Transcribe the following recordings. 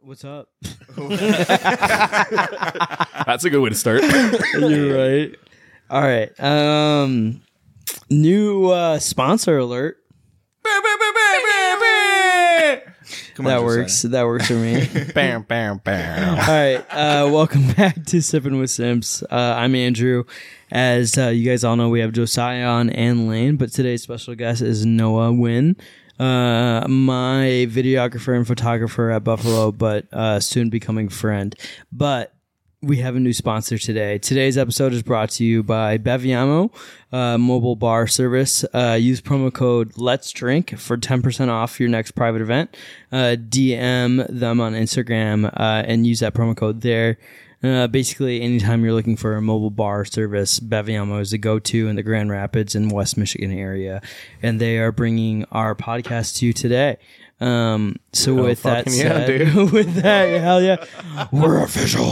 What's up? That's a good way to start. You're right. All right. Um, new uh, sponsor alert. Come that Josiah. works. That works for me. bam, bam, bam. All right. Uh, welcome back to Sipping with Simps. Uh, I'm Andrew. As uh, you guys all know, we have Josiah on and Lane, but today's special guest is Noah Wynn, uh, my videographer and photographer at Buffalo, but uh, soon becoming friend. But we have a new sponsor today. Today's episode is brought to you by Beviamo, uh, mobile bar service. Uh, use promo code Let's Drink for ten percent off your next private event. Uh, DM them on Instagram uh, and use that promo code there. Uh, basically, anytime you're looking for a mobile bar service, Beviamo is the go-to in the Grand Rapids and West Michigan area, and they are bringing our podcast to you today. Um, so with that fucking yeah, said, with that, hell yeah, we're official.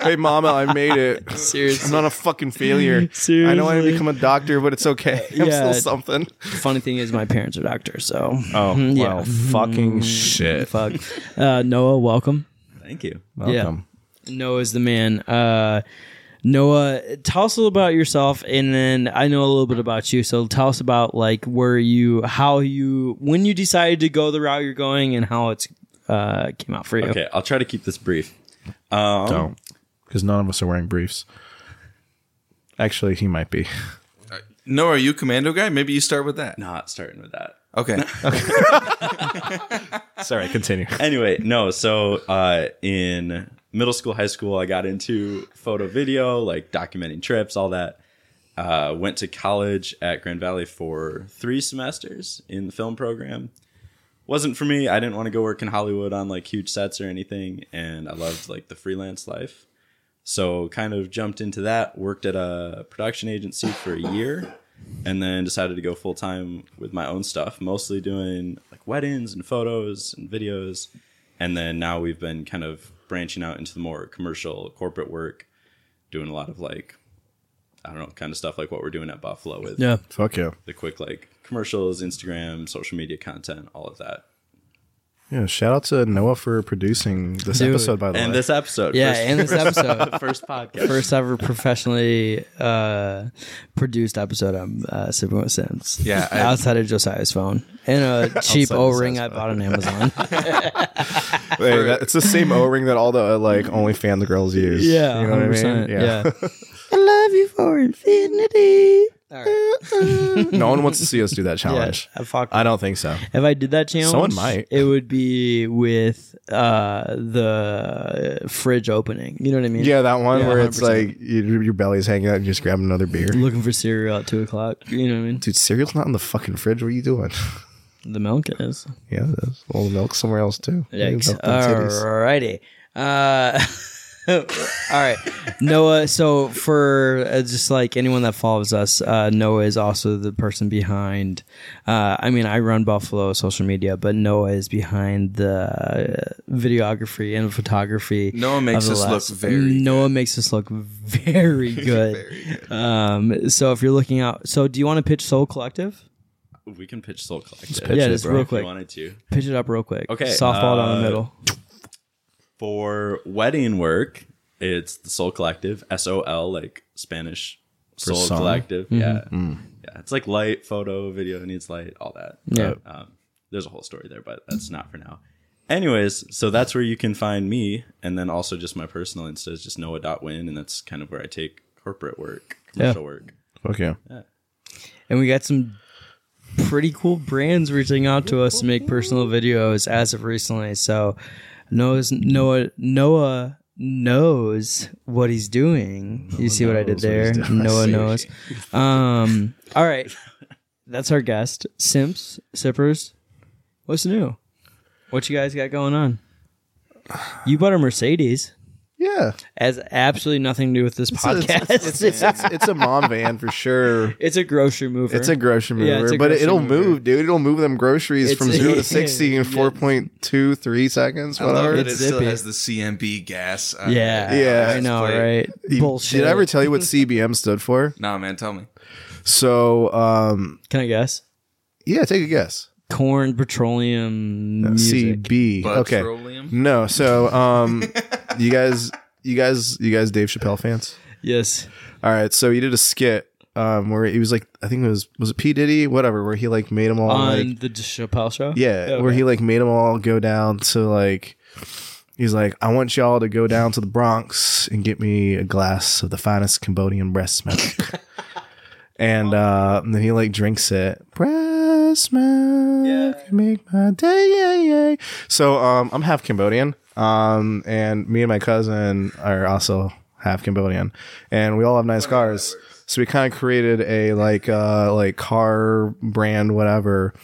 Hey, mama, I made it. Seriously. I'm not a fucking failure. Seriously. I know I didn't become a doctor, but it's okay. I'm Yeah. still something. Funny thing is, my parents are doctors, so Oh, Mm-hmm, yeah. Mm-hmm. wow. Fucking shit. fuck. Uh, Noah, welcome. Thank you. Welcome. Noah's the man. Uh, Noah, tell us a little about yourself, and then I know a little bit about you. So tell us about like where you, how you, when you decided to go the route you're going, and how it's uh, came out for you. Okay, I'll try to keep this brief. Um, Don't. Because none of us are wearing briefs. Actually, he might be. No, are you commando guy? Maybe you start with that. Not starting with that. Okay. Sorry, continue. Anyway, no. So uh, in middle school, high school, I got into photo, video, like documenting trips, all that. Uh, went to college at Grand Valley for three semesters in the film program. Wasn't for me. I didn't want to go work in Hollywood on like huge sets or anything, and I loved like the freelance life. So kind of jumped into that. Worked at a production agency for a year. and then decided to go full time with my own stuff, mostly doing like weddings and photos and videos. And then now we've been kind of branching out into the more commercial corporate work, doing a lot of like, I don't know, kind of stuff like what we're doing at Buffalo with Yeah. Fuck yeah. the quick like commercials, Instagram, social media content, all of that. Yeah, shout out to Noah for producing this Dude. episode, by the And way. this episode, Yeah, first, and this episode, first podcast. first ever professionally uh, produced episode of uh, Super Bowl Sims. Yeah, I- outside of Josiah's phone and a cheap Outside O ring I Josiah's bought on Amazon. Wait, that, it's the same O ring that all the uh, like OnlyFans girls use. Yeah, you know what I 100%, mean. I love you for infinity. Uh-uh. All right. no one wants to see us do that Yeah, challenge. I fuck. I don't think so. if I did that challenge, Someone might. It would be with uh, the fridge opening. You know what I mean? Yeah, that one Yeah, where it's 100%. like you, your belly's hanging out and you just grab another beer. Looking for cereal at two o'clock. You know what I mean? Dude, cereal's not in the fucking fridge. What are you doing? The milk is. yeah, there's all the milk somewhere else too. Yikes. Milk and titties. Alrighty. Uh, all right, Noah. So for uh, just like anyone that follows us, uh, Noah is also the person behind. Uh, I mean, I run Buffalo social media, but Noah is behind the uh, videography and photography. Noah makes of the us look last- very Noah makes us look very good. Um, so if you're looking out, so do you want to pitch Soul Collective? we can pitch Soul Collective. yeah, it, just bro. real if you quick. wanted to. Pitch it up real quick. Okay, softball down the uh, middle. for wedding work, it's the Soul Collective, S O L, like Spanish Soul song? Collective. Mm-hmm. Yeah. Mm. Yeah. It's like light, photo, video needs light, all that. Yeah. Um, there's a whole story there, but that's not for now. Anyways, so that's where you can find me. And then also just my personal Insta is just noah.win. And that's kind of where I take corporate work, commercial work. Fuck yeah. and we got some pretty cool brands reaching out to us to make personal videos as of recently. So Noah's, Noah Noah knows what he's doing. you see what I did knows what there? he's doing. Noah knows. Um, all right, that's our guest, Simps Sippers. What's new? What you guys got going on? You bought a Mercedes. Yeah, Has absolutely nothing to do with this It's- podcast. It's, It's, it's, it's, it's a mom van for sure. a grocery mover. It's a grocery mover, Yeah, it's a but grocery it'll mover. move, dude. It'll move them groceries It's- from zero to sixty in four point two three seconds. I love Whatever. that it It's still zippy. has the CMB gas. on yeah, it. Yeah. I know, Plate. right? You- Bullshit. Did I ever tell you what CBM stood for? Nah, man, tell me. So, um, Can I guess? yeah, take a guess. corn petroleum music. CB. Okay. Petroleum? No, so um, you guys, you guys, you guys, Dave Chappelle fans. Yes. All right, so he did a skit um where he was like, I think it was was it P Diddy, whatever, where he like made them all On like the Chappelle show? yeah, where he like made them all go down to like. He's like, I want y'all to go down to the Bronx and get me a glass of the finest Cambodian breast milk. and, uh, and then he like drinks it. Breast milk, make my day, yeah, yeah. So um, I'm half Cambodian, um, and me and my cousin are also half Cambodian, and we all have nice cars. So we kind of created a like uh, like car brand, whatever,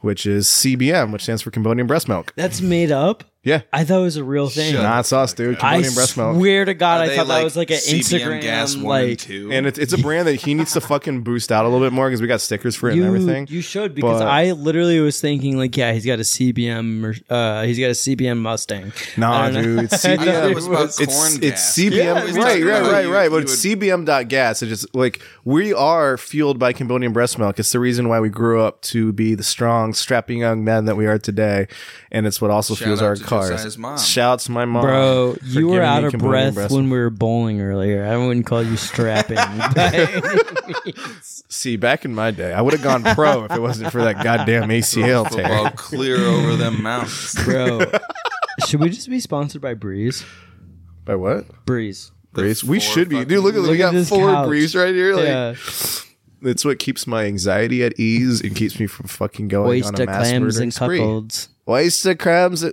which is CBM, which stands for Cambodian breast milk. That's made up? Yeah. I thought it was a real thing. Not sauce, dude. I Cambodian breast milk. swear to God, I They, thought that was like an CBM Instagram gas one and like two. And it's, it's a brand that he needs to fucking boost out a little bit more because we got stickers for it you, and everything. You should because But- I literally was thinking like, yeah, he's got a CBM, or, uh, he's got a CBM Mustang. nah, I don't know. dude. It's I I thought CBM. it was about corn it's, gas. it's CBM. Yeah, we right, right, talked about right, you- right. you But it's CBM.gas. It's just like we are fueled by Cambodian breast milk. It's the reason why we grew up to be the strong, strapping young men that we are today. And it's what also Shout fuels out our to cars. Josiah's mom. Shouts to my mom. Bro, for you were giving me out of Cambodian breath breast when we were bowling earlier. I wouldn't call you strapping. but- See, back in my day, I would have gone pro if it wasn't for that goddamn ACL Football tear. clear over them mountains. Bro, should we just be sponsored by Breeze? By what? Breeze. Breeze. We four should be. fucking- Dude, look at Look we at got this four couch. Breeze right here. Like yeah. it's what keeps my anxiety at ease and keeps me from fucking going on a Oyster mass clams murdering and spree. cuckolds. Oyster crabs.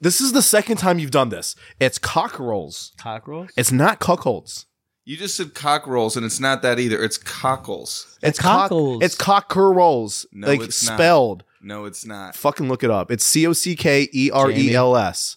This is the second time you've done this. It's cockerels. Cockerels? It's not cuckolds. You just said cock rolls, and it's not that either. It's cockles. It's cock- cockles. it's cockerels. No, like it's not. spelled. No, it's not. Fucking look it up. It's C O C K E R E L S.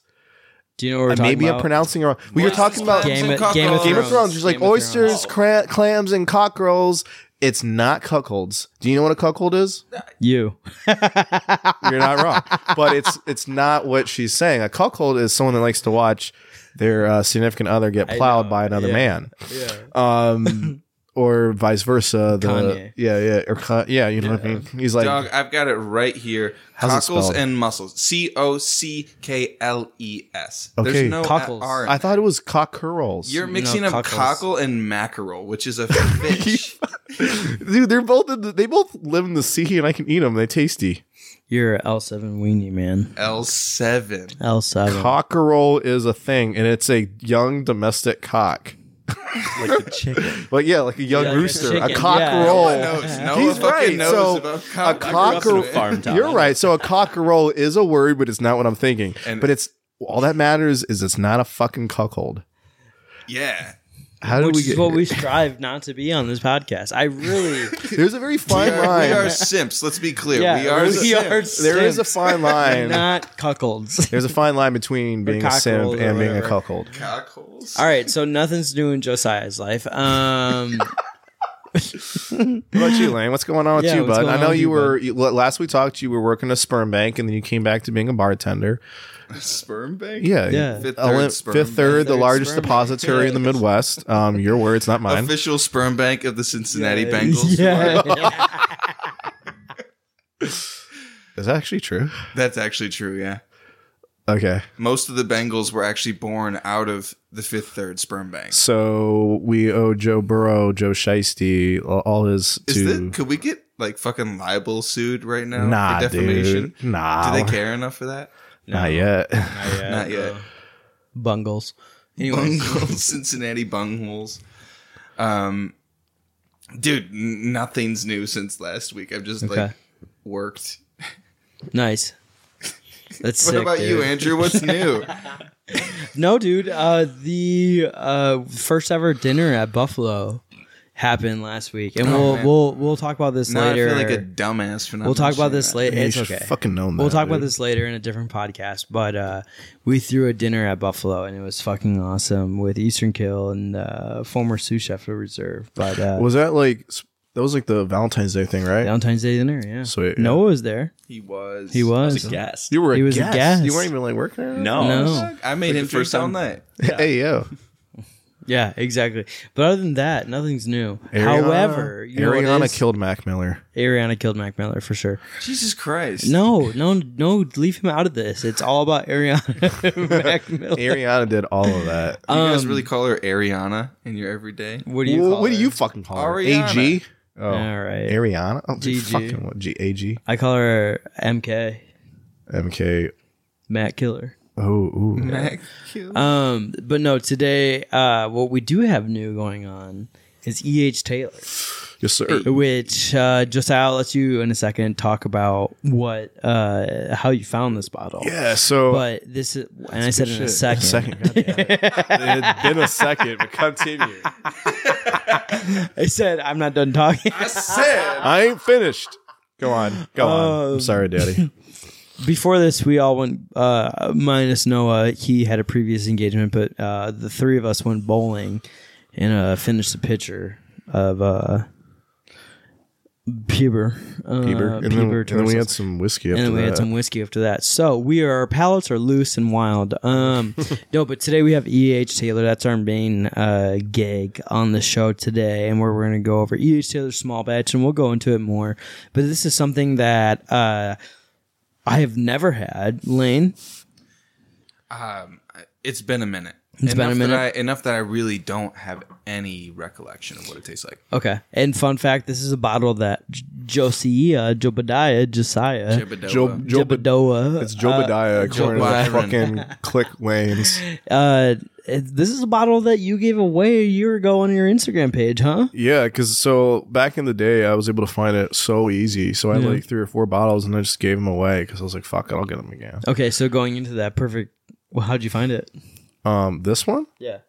Do you know what we're Uh, talking Maybe about? I'm pronouncing it wrong. We were What's talking this about Clams Game and of- Game of cockles. Game of Thrones. It's Thrones. like Game of oysters, Thrones. cra- clams, and cockerels. It's not cuckolds. Do you know what a cuckold is? You. You're not wrong, but it's it's not what she's saying. A cuckold is someone that likes to watch their uh, significant other get plowed know, by another yeah. man, um, or vice versa. The Kanye. yeah yeah or Ka- yeah you know what I mean. He's like Dog, I've got it right here. How's it cockles spelled? and mussels. C O C K L E S. Okay. There's no Cockles. cockles. R. I thought it was cockerels. You're mixing No, up cockles. cockle and mackerel, which is a fish. Dude, they're both in the, they both live in the sea, and I can eat them. They're tasty. You're a L7 weenie, man. L seven. L7. Cockerel is a thing, and it's a young domestic cock. like the chicken. Like yeah, like a young Yeah, like a rooster, a, chicken, yeah. cockerel. Noah knows. Noah He's fucking right. knows so about a cock- I grew cockerel. up in a farm town. You're right. So a cockerel is a word, but it's not what I'm thinking. And- but it's all that matters is it's not a fucking cuckold. Yeah. How did which we is get? what here? we strive not to be on this podcast. I really, There's a very We fine are, we are line. simps. Let's be clear. yeah, we are. we simps. are There is a simps, fine line. not cuckolds. There's a fine line between being a cockerels simp or and being a whatever. cuckold. Cockles. All right, so nothing's new in Josiah's life. Um, What about you, Lane? What's going on with Yeah, you, what's bud? going I on know with you you, were you, last we talked. You were working a sperm bank, and then you came back to being a bartender. Sperm bank. Yeah, Yeah. Fifth Olymp- third sperm fifth bank. third, the Third largest sperm bank. depository in the Midwest. Um, your words, not mine. Official sperm bank of the Cincinnati Bengals. Yeah. Is that actually true? That's actually true. Yeah. Okay, Most of the Bengals were actually born out of the fifth third sperm bank. so we owe Joe Burrow, Joe Shiesty, all- all his Is to. that, could we get like fucking libel sued right now? Nah, for defamation? dude. Nah, Do they care enough for that? not yet. Not yet. Bungles. Anyway, Bungholes, Cincinnati bungholes. Um, dude, n- nothing's new since last week. I've just like Okay. worked. nice. That's What sick, about you, dude. Andrew? What's new? No, dude. Uh, the uh, first ever dinner at Buffalo happened last week, and we'll Oh, man. we'll we'll talk about this now I later. feel like a dumbass. For not we'll talk about mentioning this that. later. You It's should okay. Fucking known We'll that, talk about dude. this later in a different podcast, but uh, we threw a dinner at Buffalo and it was fucking awesome with Eastern Kill and uh, former sous chef of reserve. But uh, Was that like s- that was like the Valentine's Day thing, right? Valentine's Day dinner, yeah. Sweet, yeah. Noah was there. He was. He was. It's a gas. You were a He was a guest. guest. You weren't even like working. there? No. No. I made the him first first all time- night. Hey yo. Yeah, exactly. But other than that, nothing's new. Ariana- However, you know what Ariana is? killed Mac Miller. Ariana killed Mac Miller for sure. Jesus Christ. No, no, no. Leave him out of this. It's all about Ariana Mac Miller. Ariana did all of that. You guys Um, really call her Ariana in your everyday? What do you? Wh- call what do her? you fucking call her? Ariana. AG? Oh. All right. Ariana? Oh, GG. fucking what? G- AG? I call her MK MK. Matt Killer. Oh, ooh. Mm-hmm. Mac Hill. Um, but no, today, uh, what we do have new going on is E.H. Taylor. Yes, sir. Oh, which uh, just I'll let you in a second talk about what uh, how you found this bottle. Yeah, so. But this is, and I said in a Shit. second. Second. God damn it. it had been a second, but continue. I said I'm not done talking. I said. I ain't finished. Go on. Go on. Um, I'm sorry, Daddy. Before this, we all went uh, minus Noah. He had a previous engagement, but uh, the three of us went bowling and uh, finished the picture of uh, Peeber. Uh, Bieber. And, then, and then we Torsos. had some whiskey and after then we that. had some whiskey after that. So we are our palates are loose and wild. Um, no, but today we have E.H. Taylor. That's our main uh, gig on the show today, and where we're going to go over E.H. Taylor's small batch, and we'll go into it more. But this is something that uh, I have never had, Lane. Um, it's been a minute. It's been a Enough that minute. I- enough that I really don't have any recollection of what it tastes like. Okay, and fun fact: this is a bottle that J- Josiah, Jobadiah, Josiah, Jibba Joe, Dabba. Joe, Jobadoa. it's Joe Badiah according Joe to the fucking click lanes. Uh, it- this is a bottle that you gave away a year ago on your Instagram page, huh? Yeah, because so back in the day, I was able to find it so easy. So I had like three or four bottles, and I just gave them away because I was like, "Fuck it, I'll get them again." Okay, so going into that, perfect. Well, how'd you find it? Um, this one. Yeah.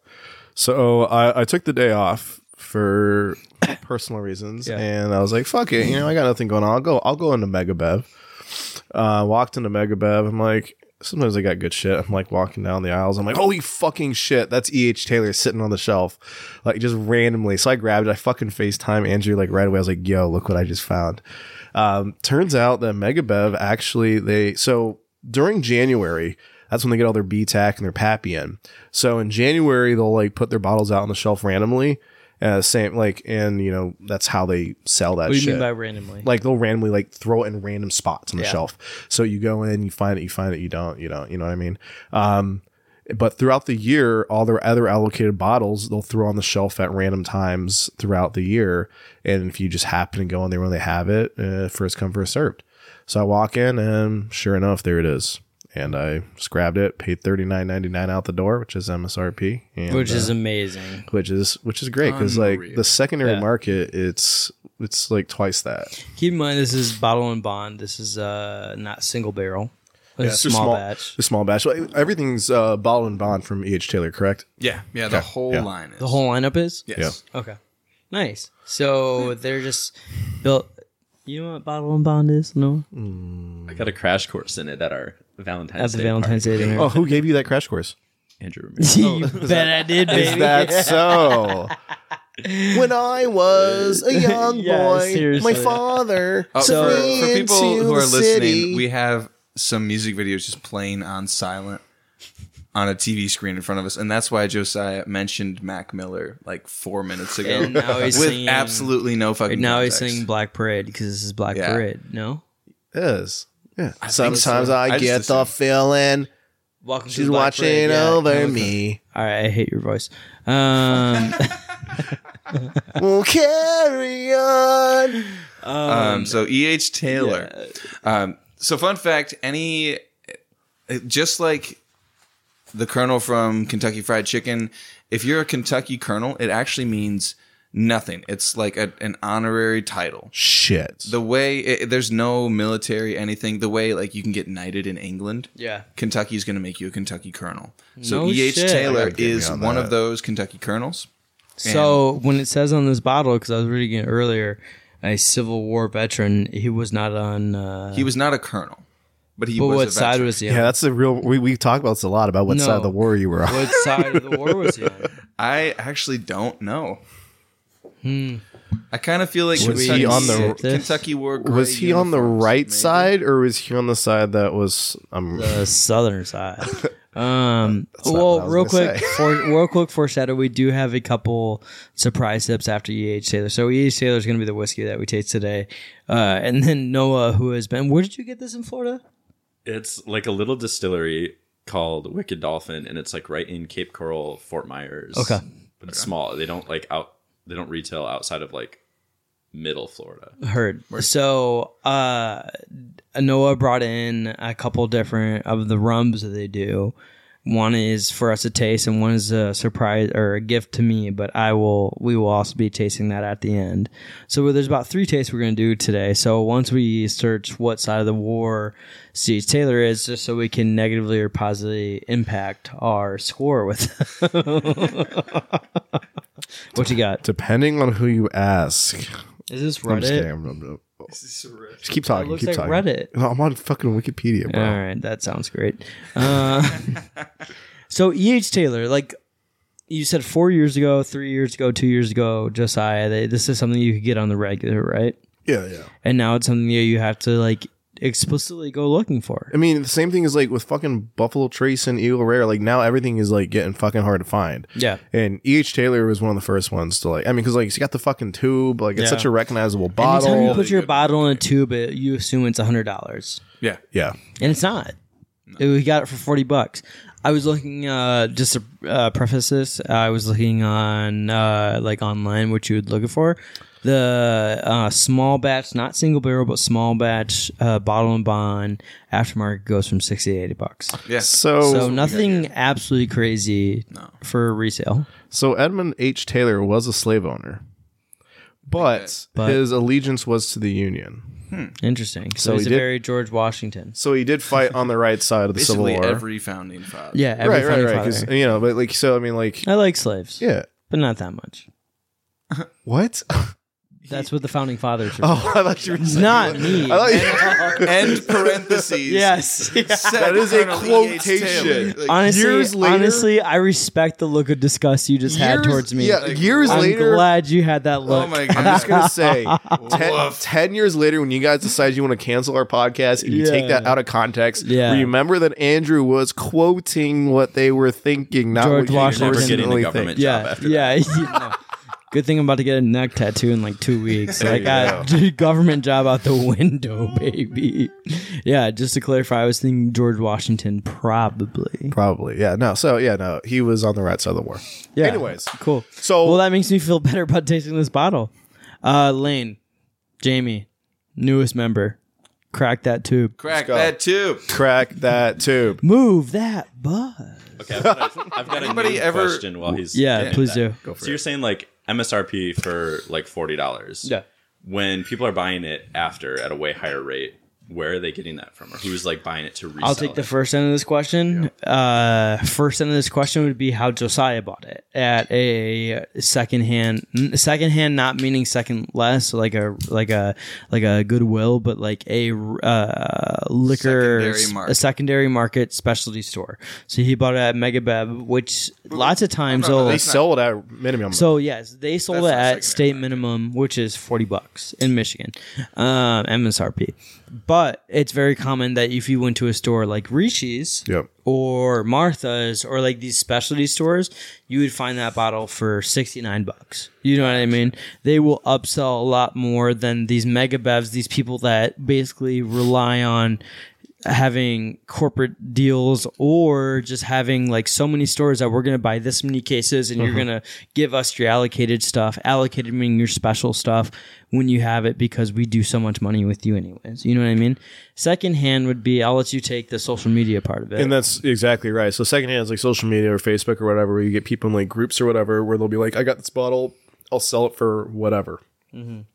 So I, I took the day off for personal reasons, Yeah. and I was like, "Fuck it," you know, I got nothing going on. I'll go. I'll go into Mega Bev. Uh, walked into Mega Bev. I'm like, sometimes I got good shit. I'm like walking down the aisles. I'm like, holy fucking shit, that's E. H. Taylor sitting on the shelf, like just randomly. So I grabbed. it. I fucking Facetime Andrew like right away. I was like, "Yo, look what I just found." Um, turns out that Mega Bev actually they so during January. That's when they get all their BTAC and their Pappy in. So in January, they'll like put their bottles out on the shelf randomly. Uh, same like, and you know that's how they sell that. What do you shit. mean by randomly? Like they'll randomly like throw it in random spots on the Yeah. shelf. So you go in, you find it, you find it, you don't, you don't. You know what I mean? Um, but throughout the year, all their other allocated bottles they'll throw on the shelf at random times throughout the year. And if you just happen to go in there when they have it, uh, first come first served. So I walk in, and sure enough, there it is. And I just grabbed it, paid thirty nine ninety nine out the door, which is MSRP, and, Which uh, is amazing. which is which is great because like Unreal. the secondary Yeah. market, it's it's like twice that. Keep in mind, this is bottle and bond. This is uh not single barrel. This is Yeah, small, batch. The small batch. Like, Everything's uh, bottle and bond from E.H. Taylor, correct? Yeah, yeah, the whole yeah. line is. The whole lineup is Yes. okay. Nice. So they're just built. You know what bottle and bond is? No, I got a crash course in it at our Valentine's at the Day Valentine's Day dinner. Oh, who gave you that crash course? party. Andrew Ramirez. you bet I did, baby. Is that so? When I was a young Yeah, boy, seriously. my father. Uh, So- for, took for me people into who are the listening, city. we have some music videos just playing on silent on a TV screen in front of us, and that's why Josiah mentioned Mac Miller like four minutes ago. And now he's with singing- absolutely no fucking. Now he's context. singing Black Parade because this is Black Yeah. Parade. No, Yes. Yeah. think Sometimes so. I, I just get the assumed. feeling welcome. to she's the Black watching Parade. Yeah. over me. All right, I hate your voice. Um, we'll carry on. Um, so E.H. Taylor. Um, so fun fact: any, just like the Colonel from Kentucky Fried Chicken, if you're a Kentucky Colonel, it actually means nothing. It's like a, an honorary title. Shit. The way it, there's no military anything. The way like you can get knighted in England. yeah. Kentucky's going to make you a Kentucky Colonel. So No E.H. shit. Taylor gotta get me is on one that. of those Kentucky Colonels. So when it says on this bottle, because I was reading it earlier, a Civil War veteran, he was not on. Uh, He was not a colonel, but he but was what a side veteran. was he on? yeah, that's the real. We, we talk about this a lot about what No. side of the war you were on. What side of the war was he on? I actually don't know. I kind of feel like Was he Kentucky- on the- Sit Hmm. this? Kentucky War? gray was he on the uniforms, right maybe? side or was he on the side that was um The southern side. Um, not what I well, was real gonna quick, say. for, real quick foreshadow. We do have a couple surprise sips after EH Taylor. So EH Taylor is going to be the whiskey that we taste today, uh, and then Noah, who has been. Where did you get this in Florida? It's like a little distillery called Wicked Dolphin, and it's like right in Cape Coral, Fort Myers. Okay. but it's small. They don't like out. They don't retail outside of like middle Florida. Heard. So uh, Noah brought in a couple different of the rums that they do. One is for us to taste, and one is a surprise or a gift to me. But I will, we will also be tasting that at the end. So there's about three tastes we're going to do today. So once we search what side of the war Steve Taylor is, just so we can negatively or positively impact our score with. what you got? Depending on who you ask. Is this I'm just kidding. Reddit? I'm- I'm- I'm- Just keep talking. looks keep like talking. Reddit. No, I'm on fucking Wikipedia, bro. All right, that sounds great. Uh, so E.H. Taylor, like you said, four years ago, three years ago, two years ago, Josiah, they, this is something you could get on the regular, right? Yeah, yeah. And now it's something that you have to like explicitly go looking for. I mean, the same thing is like with fucking Buffalo Trace and Eagle Rare. Like now, everything is like getting fucking hard to find. Yeah, And E.H. Taylor was one of the first ones to like. I mean, because like he's got the fucking tube. Like Yeah. it's such a recognizable anytime you bottle. put your good. bottle in a tube, it, you assume it's a hundred dollars. Yeah. yeah, and it's not. It- we got it for forty bucks. I was looking uh, just to uh, preface this. I was looking on uh, like online what you would look for the uh, small batch, not single barrel, but small batch uh, bottle and bond aftermarket goes from sixty to eighty bucks. Yeah. So So so, nothing absolutely crazy for resale. Edmund H. Taylor was a slave owner, but, But- his allegiance was to the Union. Interesting. So, So he's he a did- very George Washington. So he did fight on the right side of the Basically, Civil War. every founding father. Yeah, every right, right, founding right. 'cause, father. you know, but like, so I mean, like, I like slaves, yeah. but not that much. What? That's what the founding fathers. Are. Oh, I thought you were saying. not me. I thought you- End parentheses. yes. Said That is a Colonel E.H. Taylor. quotation. Like, Honestly, Years later- honestly, I respect the look of disgust you just had Years- towards me. Yeah, years I'm later. glad you had that look. oh my I'm god. just gonna say, ten, Woof. 10 years later, when you guys decide you want to cancel our podcast and you take Yeah. that out of context, Yeah. remember that Andrew was quoting what they were thinking, not George what you Washington. Never getting the personally government think. yeah, job after that. yeah. you know. Good thing I'm about to get a neck tattoo in like two weeks. I got the government job out the window, baby. Yeah, just to clarify, I was thinking George Washington, probably. Probably, yeah, no. So, yeah, no, he was on the right side of the war. Yeah. Anyways, Cool. so Well, that makes me feel better about tasting this bottle. Uh, Lane, Jamie, newest member, crack that tube. Crack go. that too. crack that tube. Move that buzz. Okay, I've got a, I've got a Anybody name ever- question while he's Yeah, doing please that. do. so you're saying like MSRP for like forty dollars. Yeah. When people are buying it after at a way higher rate, where are they getting that from, or who's like buying it to resell? I'll take the it? first end of this question. Uh, first end of this question would be how Josiah bought it at a secondhand, n- secondhand not meaning second less, so like a like a like a Goodwill, but like a uh, liquor Secondary s- market. a secondary market specialty store. So he bought it at Megabev, which lots of times no, they'll- They sold at minimum. So yes, they sold it That's not at secondary state minimum, which is forty bucks in Michigan, um, MSRP. But it's very common that if you went to a store like Rishi's Yep. or Martha's or like these specialty stores, you would find that bottle for sixty nine bucks. You know what I mean? They will upsell a lot more than these mega bevs. These people that basically rely on having corporate deals or just having like so many stores that we're going to buy this many cases and you're going to give us your allocated stuff allocated meaning your special stuff when you have it because we do so much money with you anyways you know what i mean secondhand would be i'll let you take the social media part of it And that's exactly right. So secondhand is like social media or Facebook or whatever, where you get people in like groups or whatever, where they'll be like, "I got this bottle, I'll sell it for whatever." So Mm-hmm.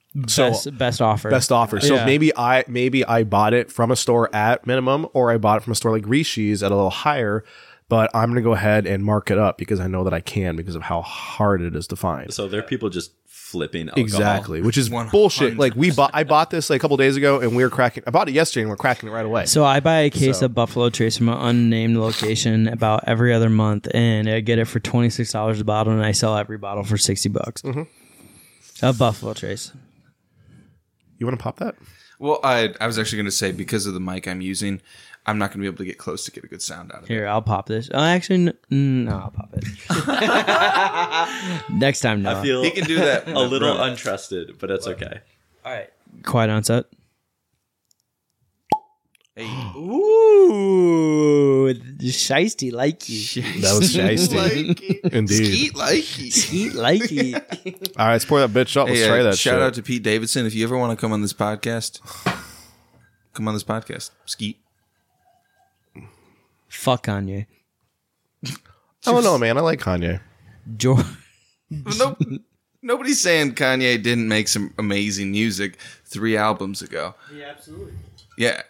best, best offer best offer. So Yeah. maybe I maybe I bought it from a store at minimum, or I bought it from a store like Rishi's at a little higher. But I'm gonna go ahead and mark it up because I know that I can because of how hard it is to find. So there are people just flipping alcohol. Exactly, which is 100%. bullshit. Like we bought, I bought this like a couple days ago, and we were cracking. I bought it yesterday, and we're cracking it right away. So I buy a case of Buffalo Trace from an unnamed location about every other month, and I get it for twenty six dollars a bottle, and I sell every bottle for sixty bucks. Of Buffalo Trace, you want to pop that? Well, I I was actually going to say because of the mic I'm using, I'm not going to be able to get close to get a good sound out of it. Here, I'll pop this. Oh, actually, n- n- no, I'll pop it. Next time, no. I feel He can do that. a little untrusted, but that's okay. All right. Quiet on set. Hey. Ooh, shiesty like you. That was shiesty. Indeed. Skeet likey. Eat like you. All right, let's pour that bitch up. Let's Hey, try uh, that shout shit. out to Pete Davidson. If you ever want to come on this podcast, come on this podcast. Skeet. Fuck Kanye. I don't know, man. I like Kanye. George. No, nobody's saying Kanye didn't make some amazing music three albums ago. Yeah, absolutely. Yeah.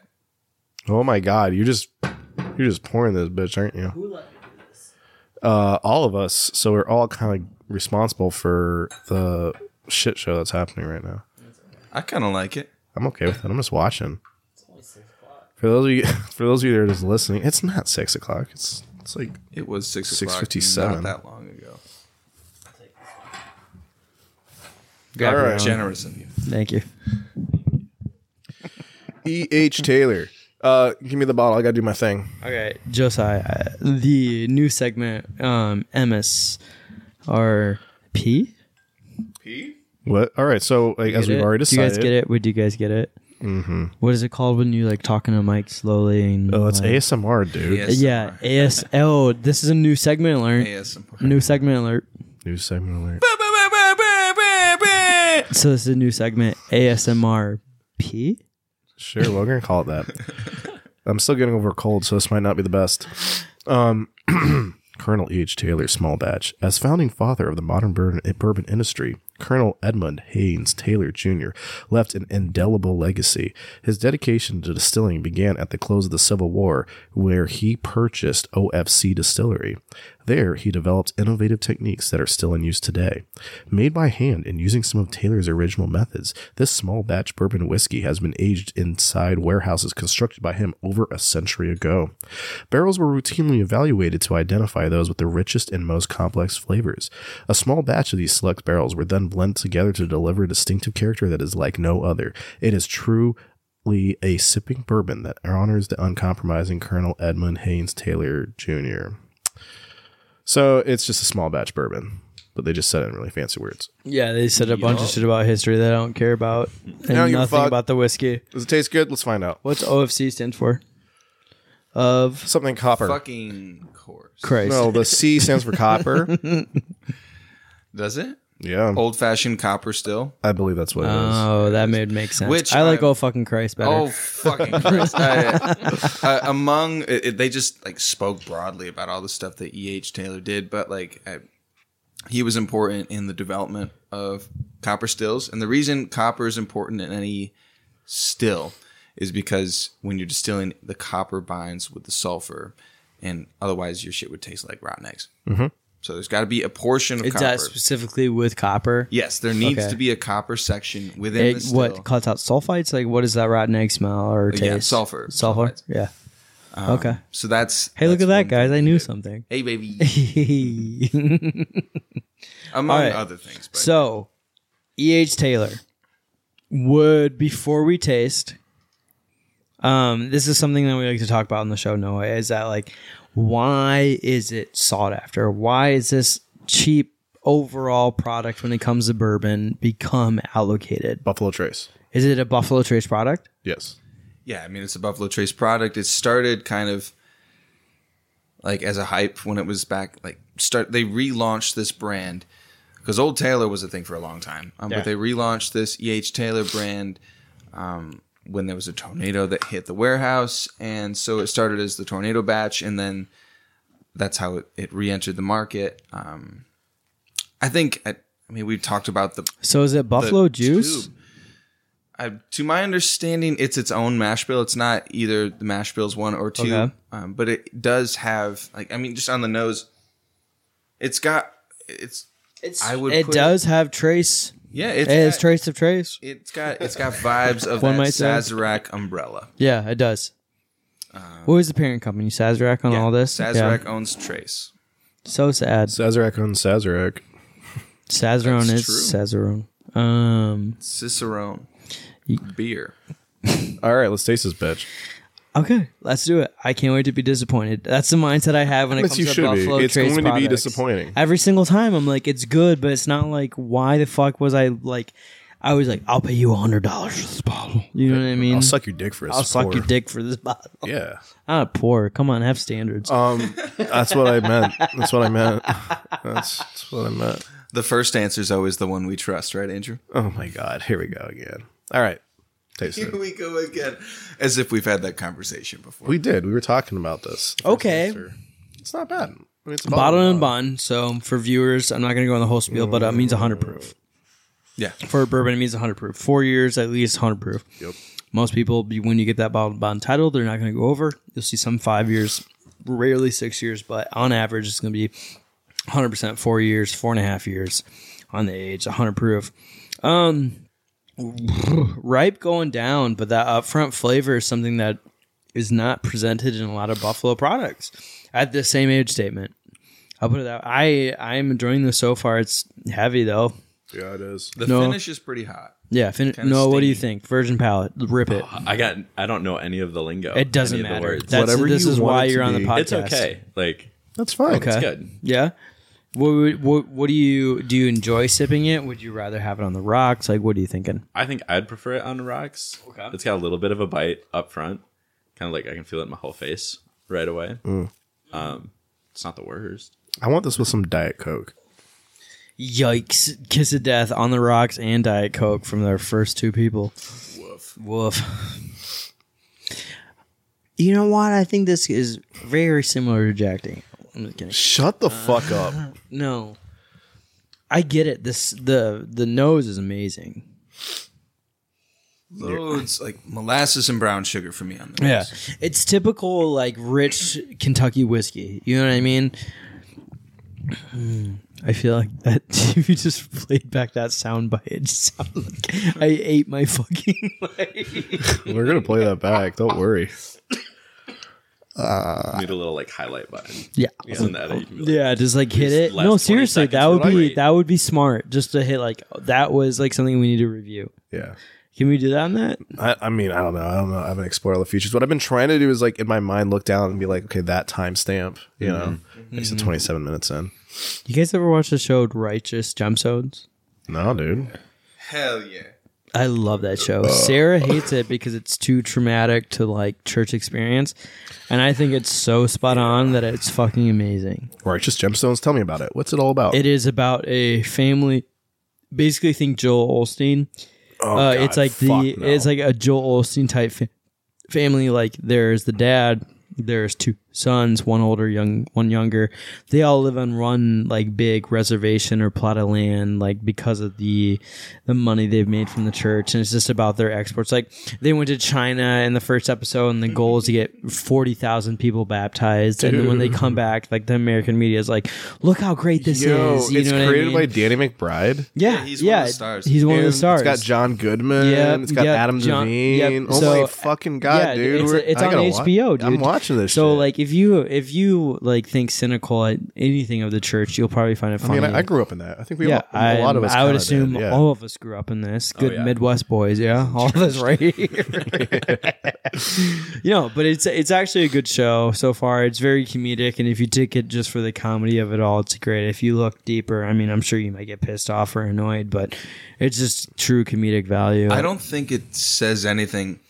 Oh my god, you just you're just pouring this bitch, aren't you? Uh, all of us. So we're all kind of responsible for the shit show that's happening right now. I kind of like it. I'm okay with it. I'm just watching. For those of you, for those of you that are just listening, it's not six o'clock. It's it's like It was six o'clock. 6:57. Not that long ago. Grab your All right. own. Generous of you. Thank you. E. H. Taylor. Uh, give me the bottle. I gotta do my thing. Okay, Josiah, the new segment, um, MSRP. What? All right. So like, as Get we've it? already Do you decided, guys get it? Would you guys get it? Mm-hmm. is it called when you like talking to Mike slowly? And, Oh, it's like- ASMR, dude. Yes. Yeah, ASL. this is a new segment alert. ASMR. New segment alert. New segment alert. So this is a new segment, ASMRP. Sure, we're gonna call it that. I'm still getting over a cold, so this might not be the best. Um, Colonel E.H. Taylor Smallbatch, as founding father of the modern bourbon, bourbon industry, Colonel Edmund Haynes Taylor Jr. left an indelible legacy. His dedication to distilling began at the close of the Civil War, where he purchased OFC Distillery. There, he developed innovative techniques that are still in use today. Made by hand and using some of Taylor's original methods, this small batch bourbon whiskey has been aged inside warehouses constructed by him over a century ago. Barrels were routinely evaluated to identify those with the richest and most complex flavors. A small batch of these select barrels were then blended together to deliver a distinctive character that is like no other. It is truly a sipping bourbon that honors the uncompromising Colonel Edmund Haynes Taylor Jr. So it's just a small batch bourbon, but they just said it in really fancy words. Yeah, they said a bunch of shit about history that I don't care about, and don't give a nothing fuck. about the whiskey. Does it taste good? Let's find out. What's OFC stand for? Of Something copper. Fucking course. Christ. No, the C stands for copper. Does it? Yeah, Old fashioned copper still. I believe that's what it is. Oh, that made make sense. Which I like I- oh fucking Christ better. Oh fucking Christ! I- uh, among it, it- they just like spoke broadly about all the stuff that E. H. Taylor did, but like I, he was important in the development of copper stills, and the reason copper is important in any still is because when you're distilling, the copper binds with the sulfur, and otherwise your shit would taste like rotten eggs. Mm-hmm. So there's got to be a portion of Is copper. that specifically with copper? yes, there needs Okay. to be a copper section within the It, still. what cuts out sulfites? Like, what is that rotten egg smell or taste? Yeah, sulfur. Sulfur. Sulfites. Yeah. okay. So that's Hey, look at that's that, one thing guys! I he knew did. something. Hey, baby. Among All right. other things. But so, E. H. Taylor would before we taste. Um, this is something that we like to talk about on the show. Noah is that like, why is it sought after? Why is this cheap overall product when it comes to bourbon become allocated? Buffalo Trace. Is it a Buffalo Trace product? Yes. yeah, I mean, it's a Buffalo Trace product. It started kind of like as a hype when it was back. Like start they relaunched this brand because Old Taylor was a thing for a long time, um, Yeah. but they relaunched this E. H. Taylor brand um, when there was a tornado that hit the warehouse, and so it started as the tornado batch, and then that's how it, it re-entered the market. Um, I think. I, I mean, we've talked about the So is it Buffalo the Juice? tube. I, to my understanding, it's its own mash bill. It's not either the mash bills one or two, Okay. um, but it does have like I mean, just on the nose, it's got it's It's, I would It put- does have trace. yeah It it's has got, trace of trace. it's got it's got vibes of One that might say. Sazerac umbrella. Yeah, it does. what was the parent company? Sazerac on all this. Yeah. Uh, Sazerac owns Trace. So sad. Sazerac on Sazerac. Sazerone That's is Sazerone. Um, Cicerone beer. All right, let's taste this bitch. Okay, let's do it. I can't wait to be disappointed. That's the mindset I have when it Yes, comes you to should be. Buffalo It's Trace going to be products. disappointing. Every single time, I'm like, it's good, but it's not like why the fuck was I like? I was like, I'll pay you hundred dollars for this bottle. You know what I mean? I'll suck your dick for a I'll suck score. your dick for this bottle. Yeah. Not poor. Come on, have standards. Um, that's what I meant. That's what I meant. That's, that's what I meant. The first answer is always the one we trust, right, Andrew? Oh my god, here we go again. All right, taste Here it. we go again. As if we've had that conversation before. We did. We were talking about this. The first Okay. answer. it's not bad. I mean, it's a bottle and bottle. bond. So for viewers, I'm not going to go on the whole spiel, but uh, it means 100 proof. yeah. For bourbon, it means 100 proof. Four years, at least 100 proof. Yep. Most people, be- when you get that bottle and bond title, they're not going to go over. You'll see some five years, rarely six years, but on average, it's going to be 100% four years, four and a half years on the age, 100 proof. Um, ripe going down, but that upfront flavor is something that is not presented in a lot of Buffalo products at the same age statement. I'll put it that way. I I'm enjoying this so far. It's heavy though. Yeah, it is. The No. finish is pretty hot. Yeah. Fin- no. Kinda What do you stingy. think? Virgin palate. Rip it. I got. I don't know any of the lingo. It doesn't any of Oh, the matter. words. That's Whatever this you is want why it to you're on the be. podcast. it's okay. Like That's fine. Okay. it's good. Yeah. What, would- what what do you do? You enjoy sipping it? Would you rather have it on the rocks? Like, what are you thinking? I think I'd prefer it on the rocks. Okay. It's got a little bit of a bite up front. Kind of like I can feel it in my whole face right away. Mm. Um, it's not the worst. I want this with some diet coke. Yikes! Kiss of death on the rocks and Diet Coke from their first two people. Woof. Woof. You know what? I think this is very similar to Jack Daniel. I'm just kidding. Shut the fuck up. No, I get it. This the the nose is amazing. Loads like molasses and brown sugar for me on this. Yeah, it's typical like rich Kentucky whiskey. You know what I mean? Mm, I feel like that. If you just played back that sound bite, it just sounded like I ate my fucking. We're gonna play that back. Don't worry. Need a little like highlight button. Yeah, Isn't that it? You can be like, Uh, yeah. Just like hit Just it. last No, 20 seriously, that seconds would be wait. that would be smart. Just to hit like that was like something we need to review. Yeah. Can we do that on that? I, I mean, I don't know. I don't know. I haven't explored all the features. What I've been trying to do is like in my mind look down and be like, okay, that timestamp, you know. I said twenty seven minutes in. You guys ever watch the show Righteous Gemstones? No, dude. Hell yeah. I love that show. Sarah hates it because it's too traumatic to like church experience, and I think it's so spot on that it's fucking amazing. Righteous gemstones, tell me about it. What's it all about? It is about a family. Basically, think Joel Olstein. oh, uh, God, it's like the fuck no. it's like a Joel Olstein type fa- family. Like there's the dad, there's two sons, one older, young, one younger. They all live on one like big reservation or plot of land, like because of the the money they've made from the church, and it's just about their exports. Like they went to China in the first episode, and the goal is to get forty thousand people baptized, and then when they come back, like the American media is like, look how great this Yo, is. You it's know what I created mean? by Danny McBride. yeah, Yeah, he's one yeah, of the stars. He's one of the And stars. It's got John Goodman. Yep, it's got yep, Adam John- Levine. yep, Oh so- my fucking god, yeah, dude! It's, We're- it's I on gotta watch- HBO, dude. I'm watching this. So shit. like, if you if you like think cynical at anything of the church, you'll probably find it I funny. mean, I, I grew up in that. I think we yeah, all, a lot of us. I would kinda assume did, yeah. all of us grew up in this. Good yeah. Midwest boys, yeah, all of us right here. you know, but it's it's actually a good show so far. It's very comedic, and if you take it just for the comedy of it all, it's great. If you look deeper, I mean, I'm sure you might get pissed off or annoyed, but it's just true comedic value. I don't think it says anything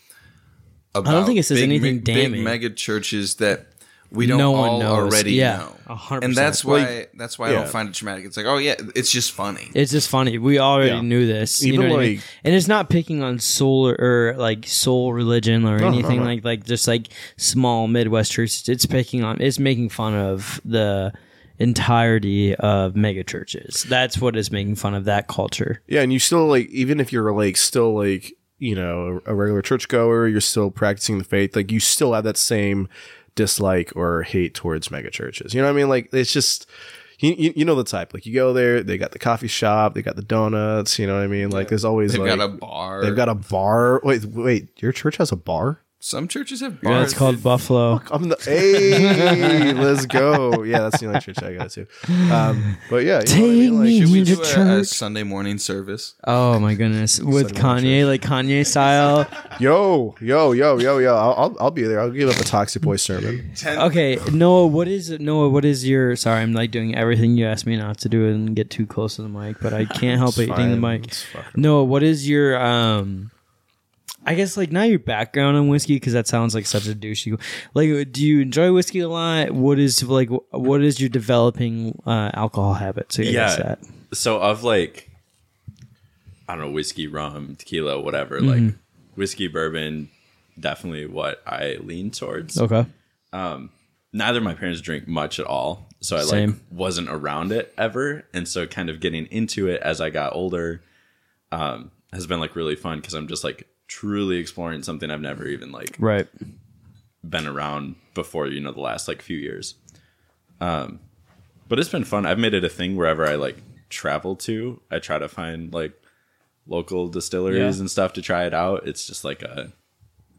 about think it says big, anything me- damning. Big mega churches that we don't No one all knows. already Yeah, know. a hundred And percent. that's why Well, that's why I yeah. don't find it traumatic. It's like, oh yeah, it's just funny. It's just funny. We already Yeah. knew this. you Even know what I mean? like- And it's not picking on soul or, or, like soul religion or anything no. like like just like small Midwest churches. It's picking on it's making fun of the entirety of mega churches. That's what it's making fun of that culture. Yeah, and you still like even if you're like still like you know a a regular churchgoer, you're still practicing the faith. Like you still have that same dislike or hate towards megachurches. You know what I mean? Like it's just. You, you, you know the type like you go there they got the coffee shop they got the donuts you know what I mean like there's always They've like got a bar. they've got a bar wait wait your church has a bar Some churches have bars. Yeah, it's called Buffalo. I'm the hey, let's go. Yeah, that's the only church I go to. Um, but yeah, you know what I mean? Take Like, me. Should we Need a do a, a church. Sunday morning service? Oh my goodness, with Southern Kanye, like Kanye style. yo, yo, yo, yo, yo. I'll, I'll, I'll be there. I'll give up a toxic boy sermon. Okay, Noah, what is Noah? What is your? Sorry, I'm like doing everything you asked me not to do and get too close to the mic, but I can't help it eating the fine. mic. It's fine. Noah, what is your? um I guess like not your background on whiskey because that sounds like such a douchey. Like, do you enjoy whiskey a lot? What is like? What is your developing uh, alcohol habit? So I guess Yeah. that. so of like I don't know whiskey, rum, tequila, whatever. Mm-hmm. Like whiskey, bourbon, definitely what I lean towards. Okay. Neither of my parents drink much at all, so I like Same. wasn't around it ever, and so kind of getting into it as I got older um, has been like really fun because I'm just like truly exploring something I've never even like Right. been around before you know the last like few years um but it's been fun i've made it a thing wherever i like travel to i try to find like local distilleries Yeah. and stuff to try it out it's just like a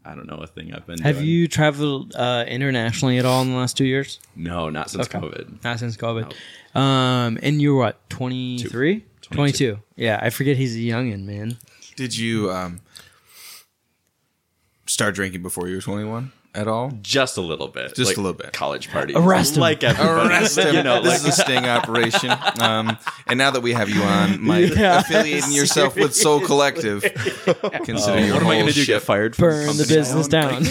i don't know a thing i've been Have doing. you traveled uh, internationally at all in the last two years? no not since Okay. covid Not since COVID. Um, and you're what, 23? 22. 22. Yeah, I forget he's a youngin', man. Did you um, start drinking before you were 21 at all? just a little bit Just like, a little bit. college party Arrest him. like everybody Arrest him. you know like this is a sting operation. Um, and now that we have you on, Mike, Yeah, affiliating yourself with Soul Collective, consider Oh. your what am i whole gonna do ship- get fired from Burn the something? business down.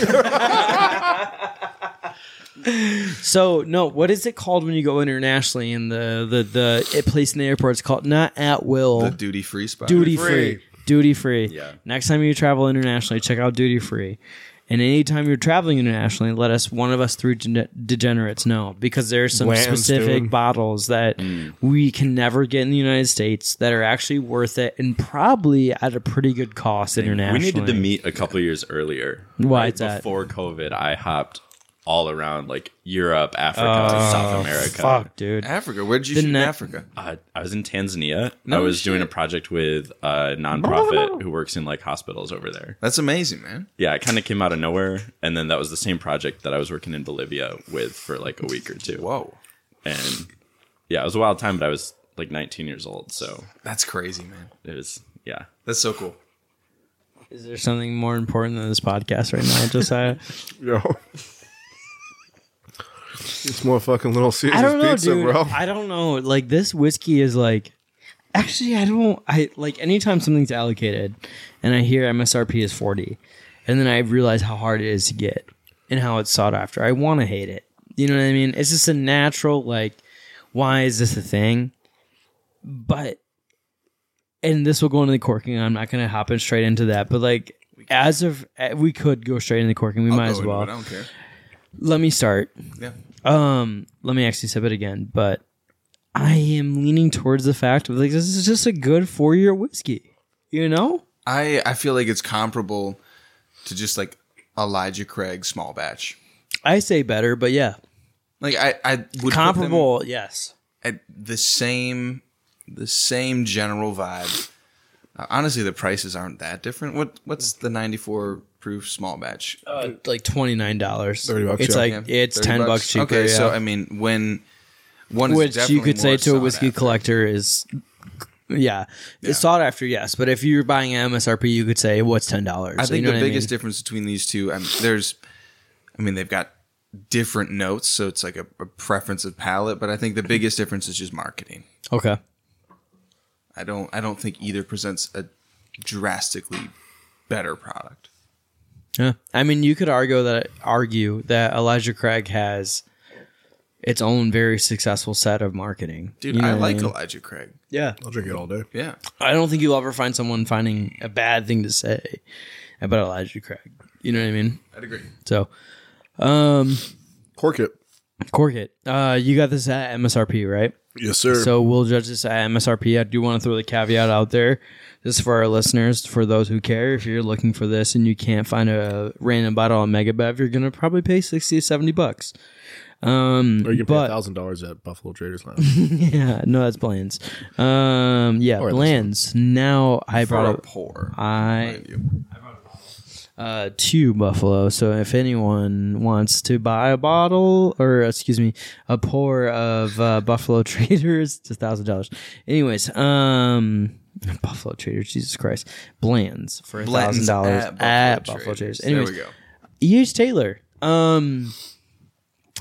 so no, what is it called when you go internationally in the the the it place in the airport? It's called not at will, the duty free spot. duty free, duty free. Yeah. Next time you travel internationally, check out duty free. And anytime you're traveling internationally, let us one of us three gen- degenerates know because there are some Whams, specific dude. bottles that Mm. we can never get in the United States that are actually worth it and probably at a pretty good cost we internationally. needed to meet a couple years earlier Why right is that? before covid i hopped all around like europe africa south america Oh, Fuck, dude. Africa. Where'd you The shoot in ne- Africa? Uh, I was in Tanzania. No I was doing a shit. project with a nonprofit who works in like hospitals over there. That's amazing, man. Yeah, it kind of came out of nowhere, and then that was the same project that I was working in Bolivia with for like a week or two. Whoa. And yeah, it was a wild time, but I was like 19 years old, so That's crazy, man. it was yeah. That's so cool. Is there something more important than this podcast right now, Josiah? Yo. It's more fucking little Caesar's I don't know, pizza, dude. bro. I don't know. Like this whiskey is like. Actually, I don't. I like anytime something's allocated, and I hear MSRP is forty, and then I realize how hard it is to get and how it's sought after. I want to hate it. You know what I mean? It's just a natural like. Why is this a thing? But, and this will go into the corking. I'm not gonna hop in straight into that. But like, as of eh, we could go straight into corking, we might I'll as go into it, I well. don't care. Let me start. Yeah. Um, let me actually sip it again, but I am leaning towards the fact of like this is just a good four year whiskey. You know? I, I feel like it's comparable to just like Elijah Craig small batch. I say better, but yeah. Like I, I would put them Comparable, yes. at the same the same general vibe. Uh, honestly, the prices aren't that different. What what's the 94 proof small batch? Uh, like twenty nine dollars. 30 bucks, It's yeah. like Yeah, it's 30 ten bucks, cheaper. Okay, so yeah. I mean, when one is which you definitely could say more to a sought whiskey after. collector is yeah, It's sought after, yes. But if you're buying an MSRP, you could say what's ten dollars. I think the biggest difference between these two, I mean, there's, I mean, they've got different notes, so it's like a, a preference of palate. But I think the biggest difference is just marketing. Okay. I don't, I don't think either presents a drastically better product. Yeah. I mean, you could argue that argue that Elijah Craig has its own very successful set of marketing. Dude, You know I what like mean? Elijah Craig. Yeah. I'll drink it all day. Yeah, I don't think you'll ever find someone finding a bad thing to say about Elijah Craig. You know what I mean? I'd agree. So, um, Cork it. Corkit, uh, you got this at MSRP, right? Yes, sir. So we'll judge this at MSRP. I do want to throw the caveat out there, just for our listeners, for those who care. If you're looking for this and you can't find a random bottle on Megabev, you're gonna probably pay sixty to seventy bucks. Um, or you can pay but thousand dollars at Buffalo Traders Lounge. yeah, no, that's Bland's. Um, yeah, right, Bland's. Now I For brought a up. pour. I Mind you. uh, to Buffalo. So if anyone wants to buy a bottle or excuse me, a pour of uh, Buffalo Traders, it's a thousand dollars. Anyways, um. Buffalo Traders, Jesus Christ, Bland's for a thousand Blanton's dollars at at Buffalo Buffalo Traders. Traders. Anyways, there we go. E.H. Taylor, um,